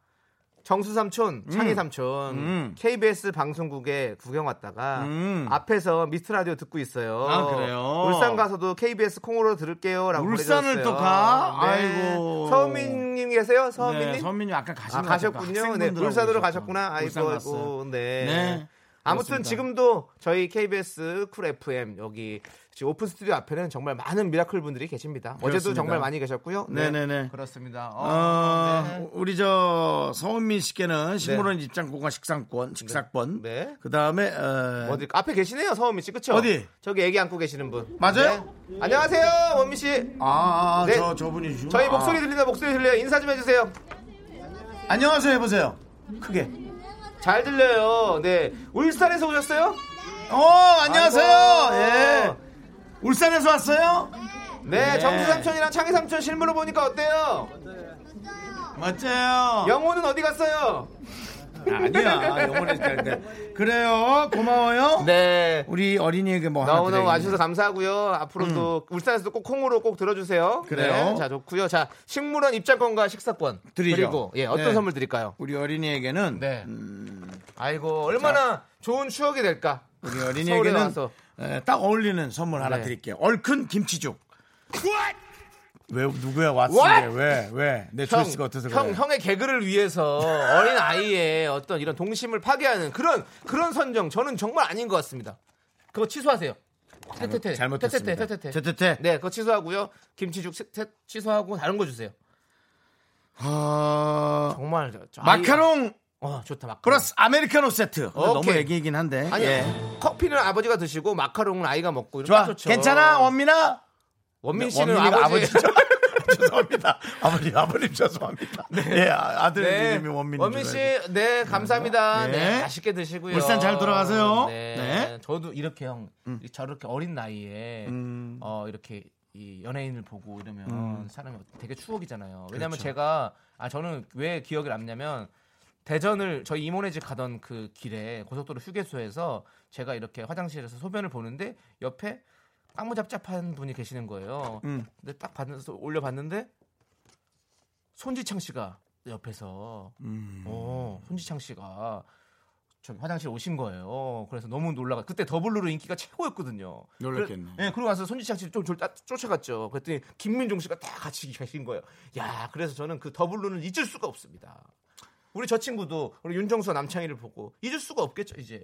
B: 정수 삼촌, 창희 삼촌,
A: 음.
B: KBS 방송국에 구경 왔다가
A: 음.
B: 앞에서 미스트 라디오 듣고 있어요.
A: 아, 그래요?
B: 울산 가서도 KBS 콩으로 들을게요라고
A: 울산을
B: 보내주셨어요.
A: 또 가?
B: 네.
A: 아이고.
B: 서민님 계세요? 서민님?
A: 네, 선민님 아까 가신
B: 아,
A: 것
B: 가셨군요.
A: 같아요.
B: 네,
A: 학생분들하고 계셨던.
B: 울산으로 가셨구나.
A: 울산
B: 아이고,
A: 갔어요.
B: 아이고, 네.
A: 네,
B: 아무튼
A: 그렇습니다.
B: 지금도 저희 KBS 쿨 FM 여기 지금 오픈 스튜디오 앞에는 정말 많은 미라클 분들이 계십니다. 어제도
A: 그렇습니다.
B: 정말 많이 계셨고요.
A: 네네네.
B: 그렇습니다.
A: 어,
B: 어, 네.
A: 우리 저 서은민 씨께는 식물원 입장권과 식상권, 식사권.
B: 네. 네.
A: 그 다음에 어,
B: 어디 앞에 계시네요, 서원미 씨. 그쵸
A: 어디?
B: 저기 애기 안고 계시는 분.
A: 맞아요?
B: 네. 안녕하세요, 원미 씨.
A: 아, 아,
B: 네.
A: 저 저분이시죠?
B: 저희 목소리 들리나 목소리 들려요. 인사 좀 해주세요.
A: 안녕하세요 해보세요. 크게.
B: 잘 들려요. 네. 울산에서 오셨어요?
A: 어, 안녕하세요.
B: 아이고.
A: 예. 울산에서 왔어요?
B: 네,
A: 네.
B: 정수 삼촌이랑 창희 삼촌 실물로 보니까 어때요?
A: 맞아요.
B: 영호는 어디 갔어요?
A: 아니야. 영원히 있다는데. 그래요. 고마워요.
B: 네.
A: 우리 어린이에게 뭐 하나
B: 너무너무
A: 드려야겠네. 음.
B: 와주셔서 감사하고요. 앞으로도 울산에서도 꼭 콩으로 꼭 들어주세요.
A: 그래요.
B: 네, 자 좋고요. 자 식물원 입장권과 식사권
A: 드리죠.
B: 그리고 예 어떤
A: 네.
B: 선물 드릴까요?
A: 우리 어린이에게는
B: 네. 아이고 얼마나 좋은 추억이 될까.
A: 우리
B: 서울에
A: 어린이에게는
B: 와서
A: 에, 딱 어울리는 선물 하나
B: 네.
A: 드릴게요. 얼큰 김치죽. 왜 누구야 왔어?
B: What?
A: 왜 왜? 내
B: 형,
A: 초이스가 어때서 그래?
B: 형 형의 개그를 위해서 어린 아이의 어떤 이런 동심을 파괴하는 그런 그런 선정 저는 정말 아닌 것 같습니다. 그거 취소하세요. 테테테
A: 잘못했습니다.
B: 테테테 테테테
A: 테테테.
B: 네 그거 취소하고요. 김치죽 세- 세- 취소하고 다른 거 주세요.
A: 아,
B: 정말 저- 저 아이-
A: 마카롱
B: 어 좋다 마카롱.
A: 플러스 아메리카노 세트. 너무
B: 오케이.
A: 얘기이긴 한데.
B: 아니
A: 예.
B: 커피는 아버지가 드시고 마카롱은 아이가 먹고 이런
A: 좋아.
B: 거 좋죠.
A: 괜찮아 원민아. 네,
B: 원민 씨는
A: 원민이가
B: 아버지.
A: 아버지죠. 죄송합니다. 아버님, 아버님 죄송합니다. 예, 아- 아들 이름이 원민인
B: 네. 원민
A: 줄
B: 씨,
A: 알고.
B: 네 감사합니다.
A: 네.
B: 네. 맛있게 드시고요.
A: 울산 잘 돌아가세요.
B: 네.
A: 네. 음.
B: 저도 이렇게 형 저렇게 어린 나이에 어 이렇게 이 연예인을 보고 이러면
A: 음.
B: 사람이 되게 추억이잖아요.
A: 그렇죠.
B: 왜냐면 제가 아 저는 왜 기억이 남냐면 대전을 저희 이모네 집 가던 그 길에 고속도로 휴게소에서 제가 이렇게 화장실에서 소변을 보는데 옆에 까무잡잡한 분이 계시는 거예요. 근데 딱 받면서 올려봤는데 손지창 씨가 옆에서 어, 손지창 씨가 저기 화장실 오신 거예요. 그래서 너무 놀라가. 그때 더블루로 인기가 최고였거든요.
A: 놀랐겠네.
B: 그래, 예, 그러고 와서 손지창 씨를 좀 쫄- 따- 쫓아갔죠. 그랬더니 김민종 씨가 다 같이 계신 거예요. 야, 그래서 저는 그 더블루는 잊을 수가 없습니다. 우리 저 친구도 우리 윤정수 남창희를 보고 잊을 수가 없겠죠, 이제.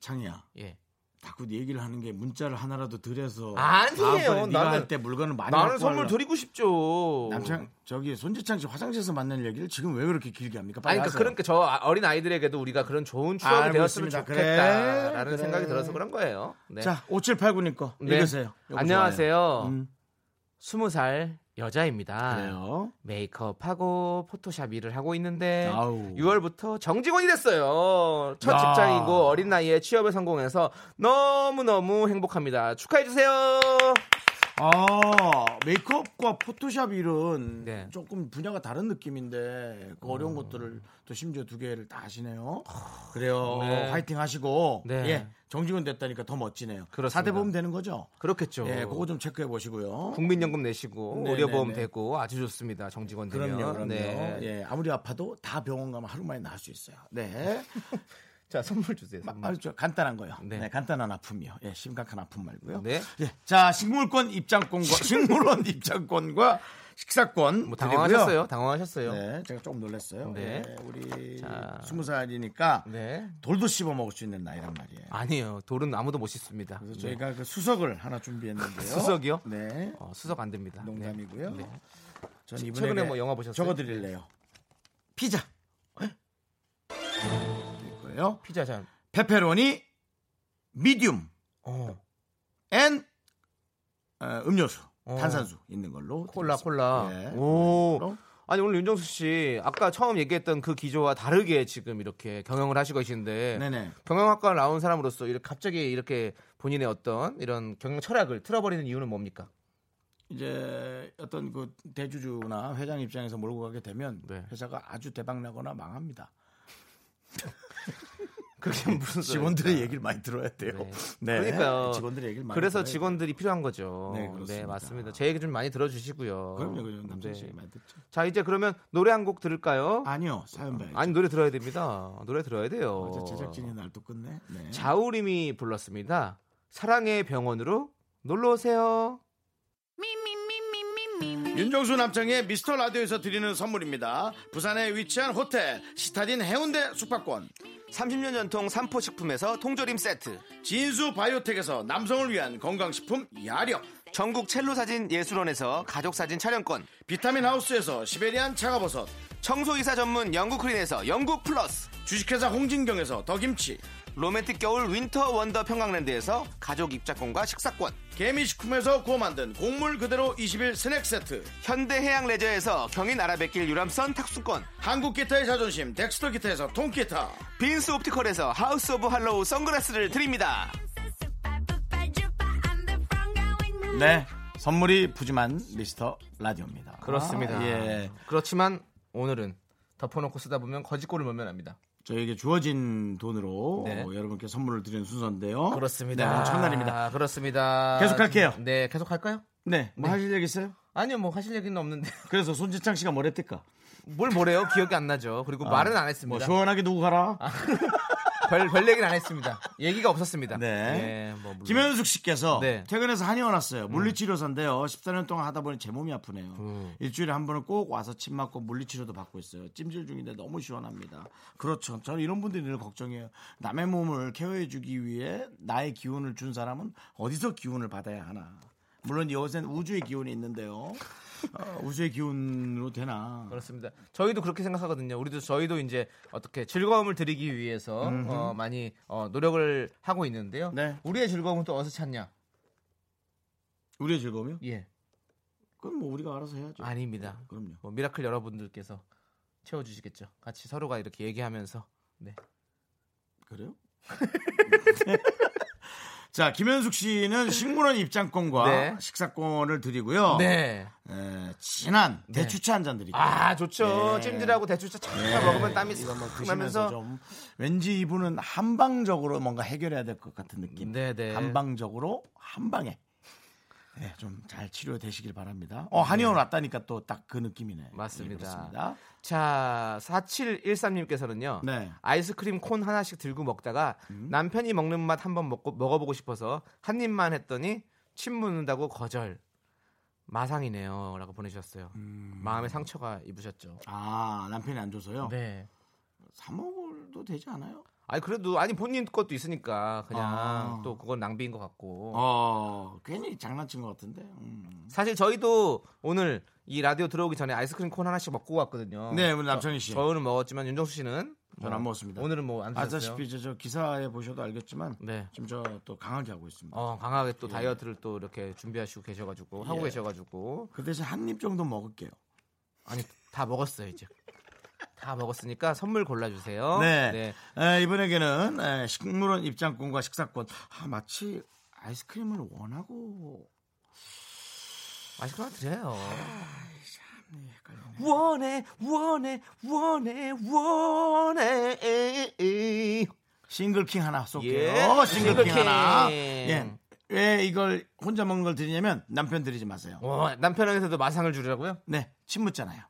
A: 창이야.
B: 예.
A: 자꾸 네 얘기를 하는 게 문자를 하나라도 드려서
B: 아니에요.
A: 다음번에 네가
B: 나는-
A: 할 때 물건을 많이
B: 나는
A: 갖고
B: 선물
A: 하려고.
B: 드리고 싶죠.
A: 남창 저기 손지창 씨 화장실에서 만난 얘기를 지금 왜 그렇게 길게 합니까? 빨리
B: 아니 그러니까
A: 하세요.
B: 그러니까 저 아- 어린 아이들에게도 우리가 그런 좋은 추억이
A: 알고
B: 되었으면
A: 있습니다.
B: 좋겠다라는
A: 그래, 그래.
B: 생각이 들어서 그런 거예요. 네.
A: 자, 5789님 거
B: 네.
A: 읽으세요. 요거
B: 안녕하세요.
A: 좋아요. 음,
B: 스무 살 여자입니다.
A: 그래요.
B: 메이크업하고 포토샵 일을 하고 있는데
A: 아우.
B: 6월부터 정직원이 됐어요. 첫
A: 야.
B: 직장이고 어린 나이에 취업에 성공해서 너무너무 행복합니다. 축하해 주세요.
A: 아, 메이크업과 포토샵 일은
B: 네.
A: 조금 분야가 다른 느낌인데 그 어려운 것들을 또 심지어 두 개를 다 하시네요. 그래요.
B: 네.
A: 화이팅 하시고
B: 네.
A: 예, 정직원 됐다니까 더 멋지네요.
B: 그렇습니다.
A: 사대 보험 되는 거죠?
B: 그렇겠죠.
A: 예, 그거 좀 체크해 보시고요.
B: 국민연금 내시고
A: 네,
B: 의료보험
A: 네, 네.
B: 되고 아주 좋습니다. 정직원 되면.
A: 그럼요, 그럼요.
B: 네.
A: 예, 아무리 아파도 다 병원 가면 하루 만에 나을 수 있어요. 네.
B: 자, 선물 주세요.
A: 마- 아주 저 간단한 거요. 네.
B: 네.
A: 간단한 아픔이요. 예, 심각한 아픔 말고요.
B: 네.
A: 예, 자, 식물권 입장권과 식물원 입장권과 식사권 드리고요.
B: 뭐 당황하셨어요? 당황하셨어요.
A: 네, 제가 조금 놀랐어요.
B: 네.
A: 예, 우리
B: 자.
A: 스무 살이니까
B: 네.
A: 돌도 씹어 먹을 수 있는 나이란 말이에요.
B: 아니에요. 돌은 아무도 못 씻습니다.
A: 그래서
B: 네.
A: 저희가 그 수석을 하나 준비했는데요.
B: 수석이요?
A: 네,
B: 어, 수석 안 됩니다.
A: 농담이고요.
B: 네.
A: 전
B: 최-
A: 이분에게
B: 최근에 뭐 영화 보셨어요?
A: 저거 드릴래요. 피자. 예? 드릴 거예요.
B: 피자 잔.
A: 페페로니 미디움 네,
B: 어.
A: 앤 어, 음료수
B: 어.
A: 탄산수 있는 걸로
B: 콜라
A: 드리겠습니다.
B: 콜라.
A: 예.
B: 오.
A: 그럼?
B: 아니 오늘 윤정수 씨 아까 처음 얘기했던 그 기조와 다르게 지금 이렇게 경영을 하시고 계신데
A: 네네
B: 경영학과 나온 사람으로서 이렇게 갑자기 이렇게 본인의 어떤 이런 경영 철학을 틀어버리는 이유는 뭡니까?
A: 이제 어떤 그 대주주나 회장 입장에서 몰고 가게 되면
B: 네.
A: 회사가 아주 대박 나거나 망합니다.
B: 그게 무슨
A: 직원들의
B: 소리입니까?
A: 얘기를 많이 들어야 돼요. 네.
B: 네. 그러니까요.
A: 직원들의 얘기를 많이
B: 그래서
A: 들어야
B: 직원들이 필요한 거죠.
A: 네,
B: 네,
A: 그렇습니다.
B: 맞습니다. 제 얘기 좀 많이 들어주시고요.
A: 돼요. 그럼요, 그럼요. 남자
B: 네.
A: 씨 많이 듣죠.
B: 자, 이제 그러면 노래 한 곡 들을까요?
A: 아니요, 사연 봐야죠.
B: 아니 노래 들어야 됩니다. 노래 들어야 돼요.
A: 아, 어제 제작진이 날 또 끝내. 네.
B: 자우림이 불렀습니다. 사랑의 병원으로 놀러 오세요.
A: 윤정수 남창의 미스터 라디오에서 드리는 선물입니다. 부산에 위치한 호텔 시타딘 해운대 숙박권,
B: 30년 전통 삼포 식품에서 통조림 세트,
A: 진수 바이오텍에서 남성을 위한 건강식품 야력,
B: 전국 첼로 사진 예술원에서 가족 사진 촬영권,
A: 비타민 하우스에서 시베리안 차가버섯,
B: 청소 이사 전문 영국 크린에서 영국 플러스,
A: 주식회사 홍진경에서 더김치,
B: 로맨틱 겨울 윈터 원더 평강랜드에서 가족 입자권과 식사권,
A: 개미식품에서 구워 만든 곡물 그대로 20일 스낵 세트,
B: 현대 해양 레저에서 경인 아라뱃길 유람선 탁수권,
A: 한국 기타의 자존심 덱스터 기타에서 통기타,
B: 빈스 옵티컬에서 하우스 오브 할로우 선글라스를 드립니다.
A: 네. 선물이 푸짐한 미스터 라디오입니다.
B: 그렇습니다.
A: 아, 예.
B: 그렇지만 오늘은 덮어놓고 쓰다 보면 거짓골을 보면 압니다.
A: 저에게 주어진 돈으로
B: 네.
A: 어, 여러분께 선물을 드리는 순서인데요.
B: 그렇습니다.
A: 네, 오늘 첫날입니다.
B: 아, 그렇습니다.
A: 계속할게요.
B: 네, 계속 할까요?
A: 네. 뭐 하실 얘기 있어요?
B: 아니요, 뭐 하실 얘기는 없는데
A: 그래서 손지창 씨가 뭘 했을까?
B: 뭘 뭐래요? 기억이 안 나죠. 그리고 말은 안
A: 뭐
B: 했습니다.
A: 시원하게 누구 가라?
B: 별, 별 얘기는 안 했습니다. 얘기가 없었습니다.
A: 네.
B: 예, 뭐 물론.
A: 김현숙 씨께서
B: 네. 음.
A: 퇴근해서 한의원 왔어요. 물리치료사인데요. 14년 동안 하다 보니 제 몸이 아프네요.
B: 음.
A: 일주일에 한 번은 꼭 와서 침 맞고 물리치료도 받고 있어요. 찜질 중인데 너무 시원합니다. 그렇죠. 저는 이런 분들이 늘 걱정해요. 남의 몸을 케어해주기 위해 나의 기운을 준 사람은 어디서 기운을 받아야 하나. 물론 이것엔 우주의 기운이 있는데요. 어, 우주의 기운으로 되나.
B: 그렇습니다. 저희도 그렇게 생각하거든요. 우리도 저희도 이제 어떻게 즐거움을 드리기 위해서 어, 많이 어, 노력을 하고 있는데요.
A: 네.
B: 우리의 즐거움은 또 어디서 찾냐?
A: 우리의 즐거움이요?
B: 예,
A: 그건 뭐 우리가 알아서 해야죠.
B: 아닙니다.
A: 그럼요.
B: 뭐 미라클 여러분들께서 채워주시겠죠. 같이 서로가 이렇게 얘기하면서 네.
A: 그래요? 자, 김현숙 씨는 식물원 입장권과
B: 네.
A: 식사권을 드리고요.
B: 네.
A: 에, 진한 대추차 한 잔 드릴게요.
B: 아 좋죠.
A: 예.
B: 찜질하고 대추차 참
A: 예.
B: 먹으면 땀이
A: 이거 막
B: 싹
A: 드시면서
B: 나면서
A: 좀 왠지 이분은 한방적으로 뭔가 해결해야 될 것 같은 느낌.
B: 네네.
A: 한방적으로 한 방에 네, 좀 잘 치료되시길 바랍니다. 어, 한의원 왔다니까 또 딱 그 느낌이네.
B: 네. 맞습니다.
A: 예, 그렇습니다.
B: 자 4713님께서는요.
A: 네. 음.
B: 아이스크림 콘 하나씩 들고 먹다가 남편이 먹는 맛 한번 먹고 먹어보고 싶어서 한 입만 했더니 침 묻는다고 거절. 마상이네요라고 보내주셨어요. 마음의 상처가 입으셨죠.
A: 아, 남편이 안 줘서요.
B: 네.
A: 사 먹어도 되지 않아요?
B: 아니 그래도 아니 본인 것도 있으니까 그냥
A: 아.
B: 또 그건 낭비인 것 같고
A: 어, 괜히 장난친 것 같은데. 음.
B: 사실 저희도 오늘 이 라디오 들어오기 전에 아이스크림 콘 하나씩 먹고 왔거든요.
A: 네, 우리 남창희 씨.
B: 어. 저는 먹었지만 윤정수 씨는
A: 저는 안 먹었습니다.
B: 오늘은 뭐 안 드셨어요?
A: 아시다시피 저, 저 기사에 보셔도 알겠지만
B: 네.
A: 지금 저 또 강하게 하고 있습니다.
B: 어 강하게 또 다이어트를 또 이렇게 준비하시고 계셔가지고 하고
A: 예.
B: 계셔가지고
A: 그 대신 한 입 정도 먹을게요.
B: 아니 다 먹었어요 이제 다 먹었으니까 선물 골라주세요.
A: 네. 에, 이분에게는 에, 식물원 입장권과 식사권. 아, 마치 아이스크림을 원하고
B: 맛있게 하나 드려요.
A: 아, 네,
B: 원해 원해 원해 원해
A: 싱글킹 하나 쏠게요.
B: 예,
A: 싱글킹,
B: 싱글킹.
A: 하나. 예. 왜 이걸 혼자 먹는 걸 드리냐면 남편 드리지 마세요.
B: 어, 남편한테도 마상을 주려고요?
A: 네, 침 묻잖아요.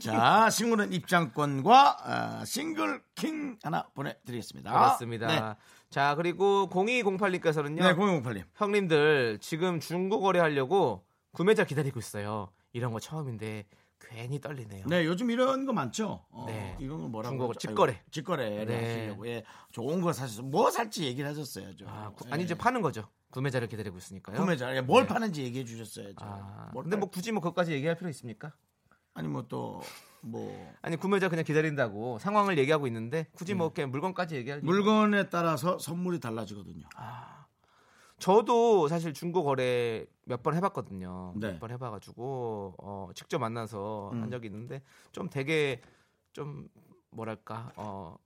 A: 자, 식물원 입장권과 아, 싱글킹 하나 보내드리겠습니다.
B: 그렇습니다.
A: 네,
B: 자 그리고 0208님께서는요.
A: 네 008님.
B: 형님들 지금 중고 거래하려고 구매자 기다리고 있어요. 이런 거 처음인데 괜히 떨리네요.
A: 네, 요즘 이런 거 많죠. 어,
B: 네.
A: 이런 거 뭐라고
B: 중고거-
A: 그러죠?
B: 직거래.
A: 아이고, 직거래를
B: 네.
A: 하시려고 예, 좋은 거 사셔서 뭐 살지 얘기를 하셨어야죠.
B: 아, 구-
A: 예.
B: 아니 이제 파는 거죠. 구매자를 기다리고 있으니까요.
A: 구매자 예, 뭘 파는지 얘기해 주셨어야죠.
B: 아,
A: 뭘
B: 근데
A: 팔-
B: 뭐 굳이 뭐 그것까지 얘기할 필요 있습니까?
A: 아니 뭐 또 뭐
B: 아니 구매자 그냥 기다린다고 상황을 얘기하고 있는데 굳이 뭐 이렇게 물건까지 얘기할 이유가
A: 물건에 따라서 선물이 달라지거든요.
B: 저도 사실 중고 거래 몇 번 해봤거든요.
A: 네.
B: 몇 번 해봐가지고 어, 직접 음. 만나서 한 적이 있는데 좀 되게 좀 뭐랄까 어,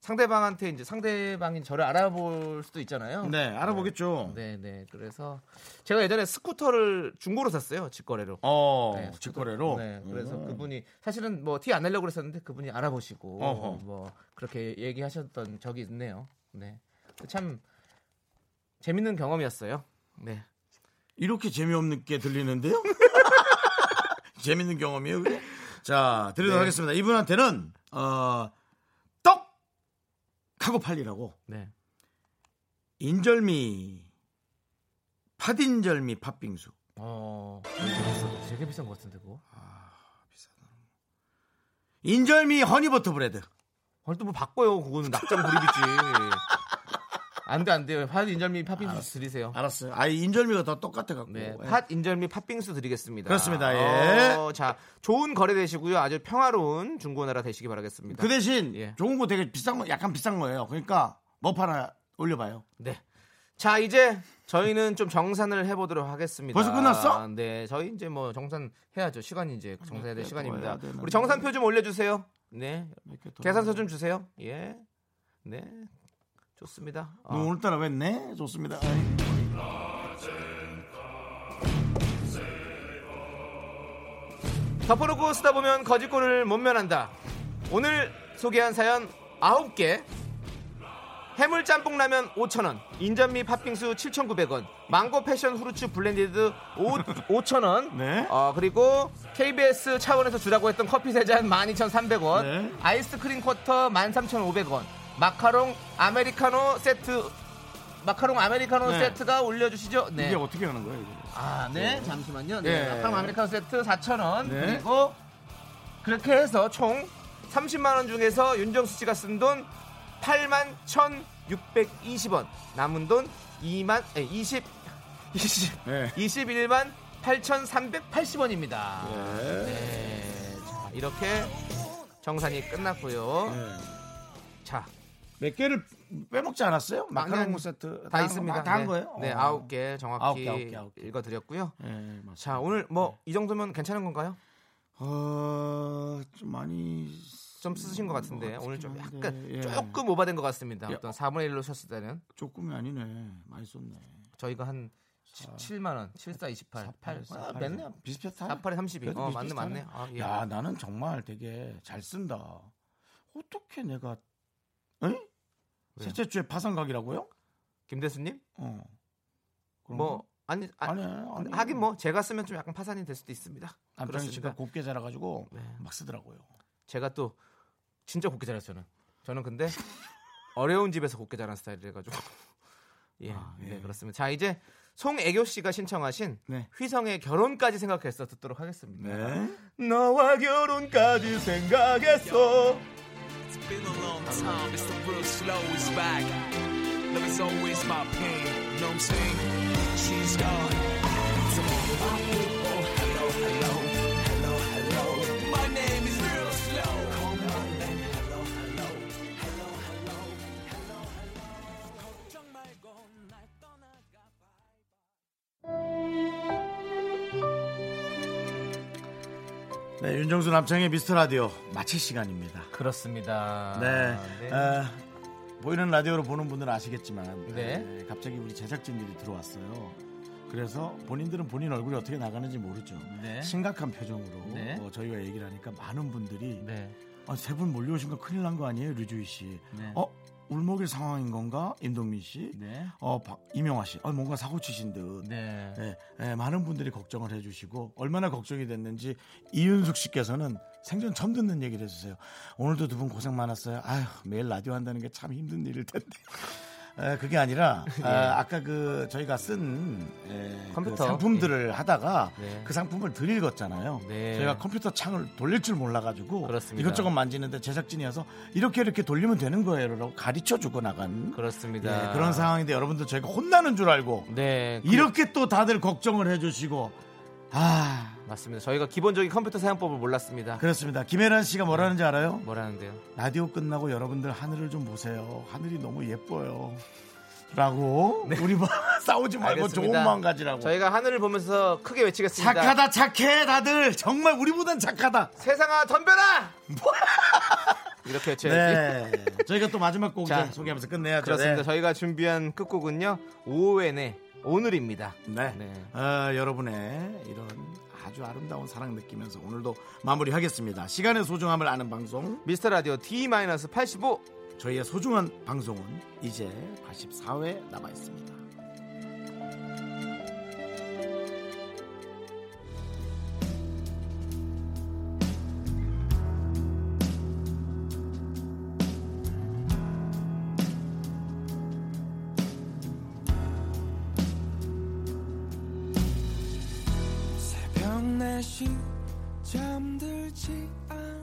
B: 상대방한테 이제 상대방이 저를 알아볼 수도 있잖아요.
A: 네, 알아보겠죠.
B: 네, 네. 그래서 제가 예전에 스쿠터를 중고로 샀어요. 직거래로.
A: 어,
B: 네, 스쿠터.
A: 직거래로.
B: 네, 그래서
A: 음.
B: 그분이 사실은 뭐 티 안 내려고 그랬었는데 그분이 알아보시고
A: 어허.
B: 뭐 그렇게 얘기하셨던 적이 있네요. 네. 참 재밌는 경험이었어요. 네.
A: 이렇게 재미없는 게 들리는데요? 재밌는 경험이에요. 그게? 자, 드리도록
B: 네.
A: 하겠습니다. 이분한테는 어, 떡 하고 팔리라고
B: 네.
A: 인절미 팥인절미 팥빙수
B: 어. 되게 비싸- 되게 비싼 것 같은데 그거.
A: 인절미 허니버터 브레드
B: 아니 또뭐 바꿔요. 그거는 낙장 불입이지. 안 돼 안 돼요. 팥 인절미 팥빙수 드리세요.
A: 알았어요. 아 인절미가 다 똑같아 갖고. 예.
B: 네, 팥 인절미 팥빙수 드리겠습니다.
A: 그렇습니다, 예.
B: 어, 자, 좋은 거래 되시고요. 아주 평화로운 중고나라 되시기 바라겠습니다.
A: 그 대신
B: 예.
A: 좋은 거 되게 비싼 거 약간 비싼 거예요. 그러니까 뭐 하나 올려봐요.
B: 네. 자, 이제 저희는 좀 정산을 해보도록 하겠습니다.
A: 벌써 끝났어?
B: 네, 저희 이제 뭐 정산 해야죠. 시간이 이제 정산해야 될
A: 그래, 네, 또
B: 시간입니다.
A: 해야 되는데.
B: 우리 정산표 좀 올려주세요. 네,
A: 이렇게 또-
B: 계산서 좀 주세요. 예, 네, 좋습니다.
A: 너
B: 아,
A: 어, 오늘따라 왜네 좋습니다.
B: 덮어놓고 쓰다 보면 거짓골을 못 면한다. 오늘 소개한 사연 9개. 해물 짬뽕 라면 5,000원, 인절미 팥빙수 7,900원, 망고 패션 후르츠 블렌디드 5,000원, 어,
A: 네.
B: 그리고 KBS 차원에서 주라고 했던 커피 세 잔 12,300원,
A: 네.
B: 아이스크림 쿼터 13,500원, 마카롱 아메리카노 세트, 마카롱 아메리카노
A: 네.
B: 세트가 올려주시죠. 네.
A: 이게 어떻게 하는 거야 이게?
B: 아, 네, 잠시만요. 네,
A: 예.
B: 아파트 아메리카노 세트 4,000원.
A: 네.
B: 그리고 그렇게 해서 총 30만 원 중에서 윤정수 씨가 쓴 돈 8만 1,620원. 남은 돈 2만 에 20 20
A: 네.
B: 21만 8,380원입니다. 네. 자, 이렇게 정산이 끝났고요.
A: 네.
B: 자,
A: 몇 개를 빼먹지 않았어요?
B: 아니,
A: 마카롱
B: 아니,
A: 세트
B: 다 있습니다.
A: 다한
B: 네.
A: 거예요?
B: 네,
A: 어.
B: 아홉 개 정확히
A: 아홉 개, 아홉 개, 아홉 개.
B: 읽어드렸고요.
A: 예, 맞습니다.
B: 자, 오늘 뭐
A: 네.
B: 이 정도면 괜찮은 건가요?
A: 어, 좀 많이
B: 좀 쓰신 것 같은데
A: 뭐
B: 오늘 좀
A: 같긴
B: 약간
A: 한데, 예.
B: 조금 오바된 것 같습니다.
A: 예.
B: 어떤 4분의 1로 쳤을 때는
A: 조금이 아니네. 많이 썼네.
B: 저희가 한 7만 원, 74, 28, 8, 아,
A: 아, 사팔.
B: 맞네.
A: 비슷비슷하네.
B: 4, 8에 32.
A: 그래도
B: 어, 맞네,
A: 비슷비슷하네.
B: 맞네. 아, 예.
A: 야, 나는 정말 되게 잘 쓴다. 어떻게 내가 에? 셋째 주에 파산각이라고요?
B: 김 대수님?
A: 어. 그런
B: 뭐 아니, 아,
A: 음. 아니, 아니.
B: 하긴 뭐 제가 쓰면 좀 약간 파산이 될 수도 있습니다.
A: 남편이
B: 그렇습니다.
A: 진짜 곱게 자라가지고
B: 네.
A: 막 쓰더라고요.
B: 제가 또 진짜 곱게 자랐어요. 저는 저는 근데 어려운 집에서 곱게 자란 스타일이라 가지고 예,
A: 아,
B: 네 그렇습니다. 자 이제 송애교 씨가 신청하신
A: 네.
B: 휘성의 결혼까지 생각해서 듣도록 하겠습니다.
A: 네.
B: 너와 결혼까지 생각했어.
I: been a long time. It's the real slow is back. Love is always my pain. You know what I'm saying? She's gone. So all my people, hello, hello, hello, hello. My name is real slow. Call my name. Hello, hello, hello, hello, hello, hello. 걱정 말고 날 떠나가.
A: 네, 윤정수 남창의 미스터 라디오 마칠 시간입니다.
B: 그렇습니다.
A: 네. 아, 보이는 라디오로 보는 분들은 아시겠지만
B: 네.
A: 네, 갑자기 우리 제작진들이 들어왔어요. 그래서 본인들은 본인 얼굴이 어떻게 나가는지 모르죠.
B: 네.
A: 심각한 표정으로
B: 네.
A: 어, 저희와 얘기를 하니까 많은 분들이
B: 네.
A: 아, 세분 몰려오신 거 큰일 난 거 아니에요, 류주희 씨?
B: 네.
A: 어? 울먹일 상황인 건가? 임동민 씨?
B: 네.
A: 어, 박- 이명화 씨? 어, 뭔가 사고 치신 듯.
B: 네.
A: 예, 예, 많은 분들이 걱정을 해주시고 얼마나 걱정이 됐는지 이윤숙 씨께서는 생전 처음 듣는 얘기를 해주세요. 오늘도 두 분 고생 많았어요. 아휴 매일 라디오 한다는 게 참 힘든 일일 텐데. 에, 그게 아니라 아, 아까 그 저희가 쓴 에,
B: 예. 컴퓨터.
A: 그 상품들을 하다가
B: 네.
A: 그 상품을 덜 읽었잖아요.
B: 네.
A: 저희가 컴퓨터 창을 돌릴 줄 몰라가지고
B: 그렇습니다.
A: 이것저것 만지는데 제작진이 와서 이렇게 이렇게 돌리면 되는 거예요라고 가르쳐 주고 나간
B: 그렇습니다.
A: 예, 그런 상황인데 여러분들 저희가 혼나는 줄 알고
B: 네. 그-
A: 이렇게 또 다들 걱정을 해주시고 아
B: 맞습니다. 저희가 기본적인 컴퓨터 사용법을 몰랐습니다.
A: 그렇습니다. 김혜란 씨가 뭐라는지 알아요?
B: 뭐라는데요?
A: 라디오 끝나고 여러분들 하늘을 좀 보세요. 하늘이 너무 예뻐요. 라고 우리 뭐 싸우지 말고 좋은
B: 네. 알겠습니다.
A: 마음 가지라고.
B: 저희가 하늘을 보면서 크게 외치겠습니다.
A: 착하다 착해 다들 정말 우리보단 착하다.
B: 세상아 덤벼라. 이렇게 해쳐야지.
A: 네. 저희가 또 마지막 곡
B: 자,
A: 이제 소개하면서 끝내야죠.
B: 그렇습니다.
A: 네.
B: 저희가 준비한 끝곡은요. 오웬의 오늘입니다.
A: 네.
B: 네.
A: 어, 여러분의 이런 아주 아름다운 사랑 느끼면서 오늘도 마무리하겠습니다. 시간의 소중함을 아는 방송.
B: 미스터 라디오 D-85
A: 저희의 소중한 방송은 이제 84회 남아 있습니다.
G: 새벽 4시 잠들지 않아